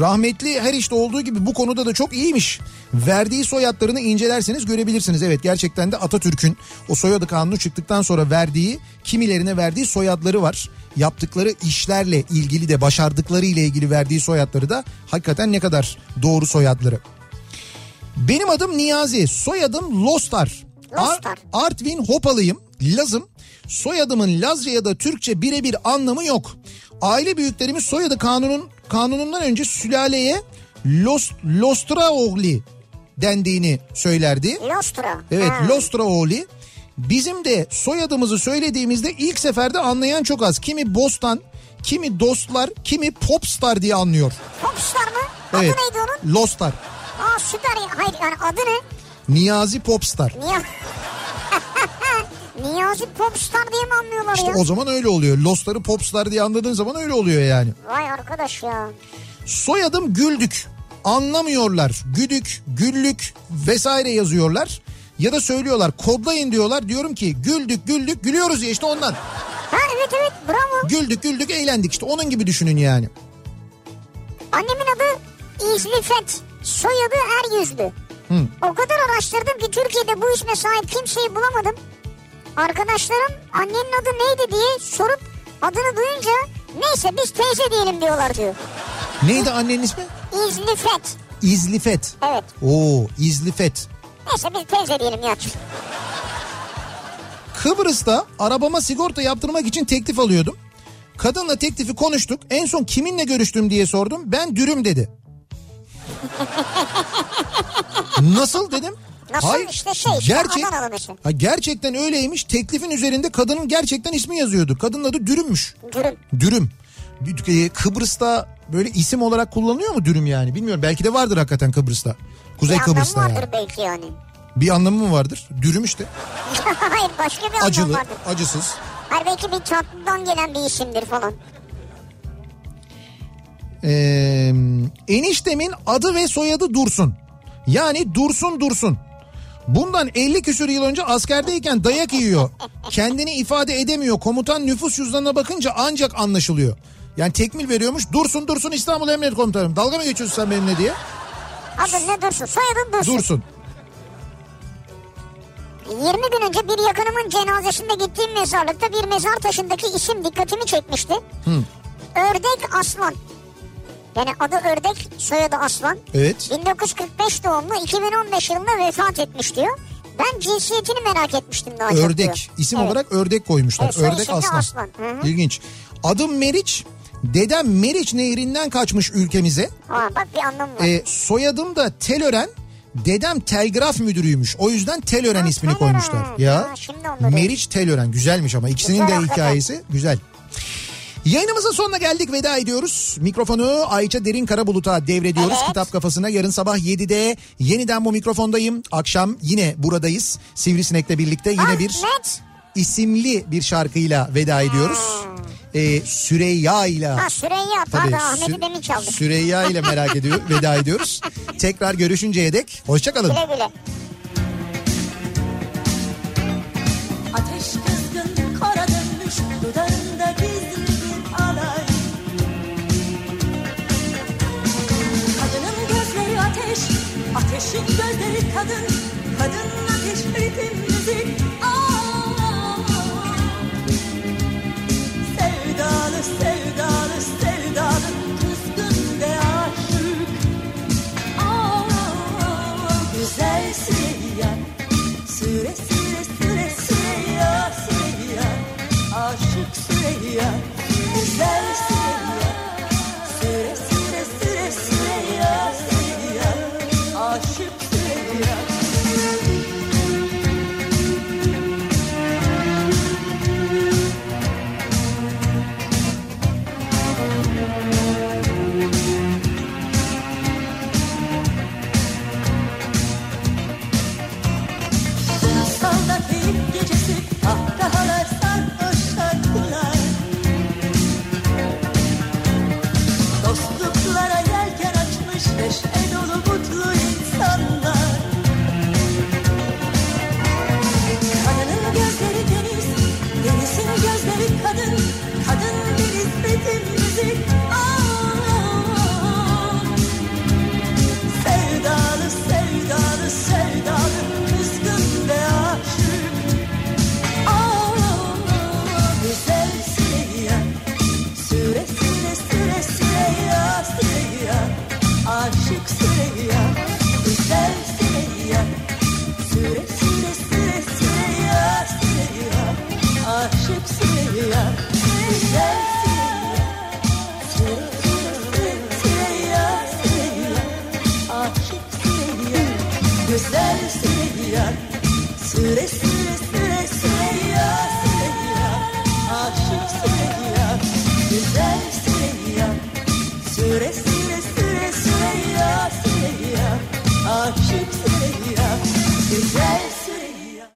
rahmetli her işte olduğu gibi bu konuda da çok iyiymiş. Verdiği soyadlarını incelerseniz görebilirsiniz. Evet gerçekten de Atatürk'ün o soyadı kanunu çıktıktan sonra verdiği kimilerine verdiği soyadları var. Yaptıkları işlerle ilgili de başardıkları ile ilgili verdiği soyadları da hakikaten ne kadar doğru soyadları. Benim adım Niyazi, soyadım Lostar. Lostar. Ar- Artvin Hopalıyım, Lazım. Soyadımın Lazca ya da Türkçe birebir anlamı yok. Aile büyüklerimiz soyadı kanunun kanunundan önce sülaleye Los, Lostraoğli dendiğini söylerdi. Lostra. E- Evet Ha. Lostroğlu. Bizim de soyadımızı söylediğimizde ilk seferde anlayan çok az. Kimi Bostan, kimi Dostlar, kimi Popstar diye anlıyor. Popstar mı? Adı Evet. neydi onun? Lostar. Aa süper. ya. Hayır yani adı ne? Niyazi Popstar. Niye? Niyazi Popstar diye mi anlıyorlar İşte ya? o zaman öyle oluyor. Lostar'ı Popstar diye anladığın zaman öyle oluyor yani. Vay arkadaş ya. Soyadım Güldük. Anlamıyorlar. Güdük, güllük vesaire yazıyorlar. Ya da söylüyorlar kodlayın diyorlar. Diyorum ki güldük güldük gülüyoruz ya işte ondan. Ha evet evet bravo. Güldük güldük eğlendik işte onun gibi düşünün yani. Annemin adı İzlifet. Soyadı Er Yüzlü. Hı. O kadar araştırdım ki Türkiye'de bu isme sahip kimseyi bulamadım. Arkadaşlarım annenin adı neydi diye sorup adını duyunca neyse biz teyze diyelim diyorlar diyor. Neydi annenin ismi? İzlifet. İzlifet. Evet. Oo İzlifet. Neyse biz teyze diyelim Nihat'cığım. Kıbrıs'ta arabama sigorta yaptırmak için teklif alıyordum. Kadınla teklifi konuştuk. En son kiminle görüştüm diye sordum. Ben dürüm dedi. Nasıl dedim? Nasıl işte şey, işte Adanalı mesela. ha, gerçekten öyleymiş. Teklifin üzerinde kadının gerçekten ismi yazıyordu. Kadının adı dürümmüş. Dürüm. Dürüm. E, Kıbrıs'ta böyle isim olarak kullanılıyor mu dürüm yani? Bilmiyorum. Belki de vardır hakikaten Kıbrıs'ta. Kuzey Bir anlamı Kıbrıs'ta yani. vardır belki yani. Bir anlamı mı vardır? Dürüm işte. Hayır başka bir anlamı Acılı, vardır. acısız. Hayır belki bir tatlıdan gelen bir isimdir falan. Ee, eniştemin adı ve soyadı Dursun. Yani Dursun Dursun. Bundan 50 küsür yıl önce askerdeyken dayak yiyor. Kendini ifade edemiyor. Komutan nüfus cüzdanına bakınca ancak anlaşılıyor. Yani tekmil veriyormuş. Dursun Dursun İstanbul Emniyet Komutanım. Dalga mı geçiyorsun sen benimle diye? Adın ne Dursun? Soyadın Dursun. Dursun. 20 gün önce bir yakınımın cenazesinde gittiğim mezarlıkta bir mezar taşındaki isim dikkatimi çekmişti. Ördek Aslan. Yani adı Ördek, soyadı Aslan. Evet. 1945 doğumlu 2015 yılında vefat etmiş diyor. Ben cinsiyetini merak etmiştim daha çok Ördek. diyor. İsim Evet. olarak ördek koymuşlar. Evet, soy ördek isim de aslan. aslan. Hı hı. İlginç. Adım Meriç. Dedem Meriç Nehri'nden kaçmış ülkemize. Aa, bak bir anlamı var. E, soyadım da Telören. Dedem telgraf müdürüymüş. O yüzden Telören Ha, ismini Telören. koymuşlar. Ya. Ha, şimdi anladım. Meriç Telören güzelmiş ama ikisinin Güzel, de hakikaten. hikayesi güzel. Yayınımızın sonuna geldik veda ediyoruz. Mikrofonu Ayça Derin Karabulut'a devrediyoruz. Evet. Kitap kafasına yarın sabah 7'de yeniden bu mikrofondayım. Akşam yine buradayız. Sivrisinek'le birlikte yine Ah, bir net. isimli bir şarkıyla veda ediyoruz. Ee, Süreyya ile. Hmm. Ha Süreyya pardon Tabii, Ahmet'i Sü- demin çaldık. Süreyya ile merak ediyor, veda ediyoruz. Tekrar görüşünceye dek hoşçakalın. Güle güle. Ateş kızgın kara dönmüş dudağında gizli bir alay Kadının gözleri ateş, ateşin gözleri kadın Kadın ateş ritim müzik Aa! Sevdalı sevdalı sevdalı kızgın ve aşık Aa! Güzel Süreyya Süre süre süre Süreyya Süreyya Aşık Süreyya Güzel Süreyya Süre süre süre Süreyya Süreyya Aşık Süreyya Kumsalda keyif gecesi Kahkahalar sarhoş şarkılar Dostluklara yelken açmış Neşe dolu mutlu insanlar Kadının gözleri deniz Denizin gözleri kadın Kadın deniz ritim müzik Aa, Sevdalı, sevdalı, sevdalı kızgın ve aşık Aa, güzel Süreyya Süre süre süre Süreyya, Süreyya Aşık Süreyya Güzel Süreyya Süre süre süre Süreyya, Süreyya Aşık Süreyya Güzel Süreyya Süre süre süre Süreyya, Süreyya aşık seyyar Güzel seyyar Süre süre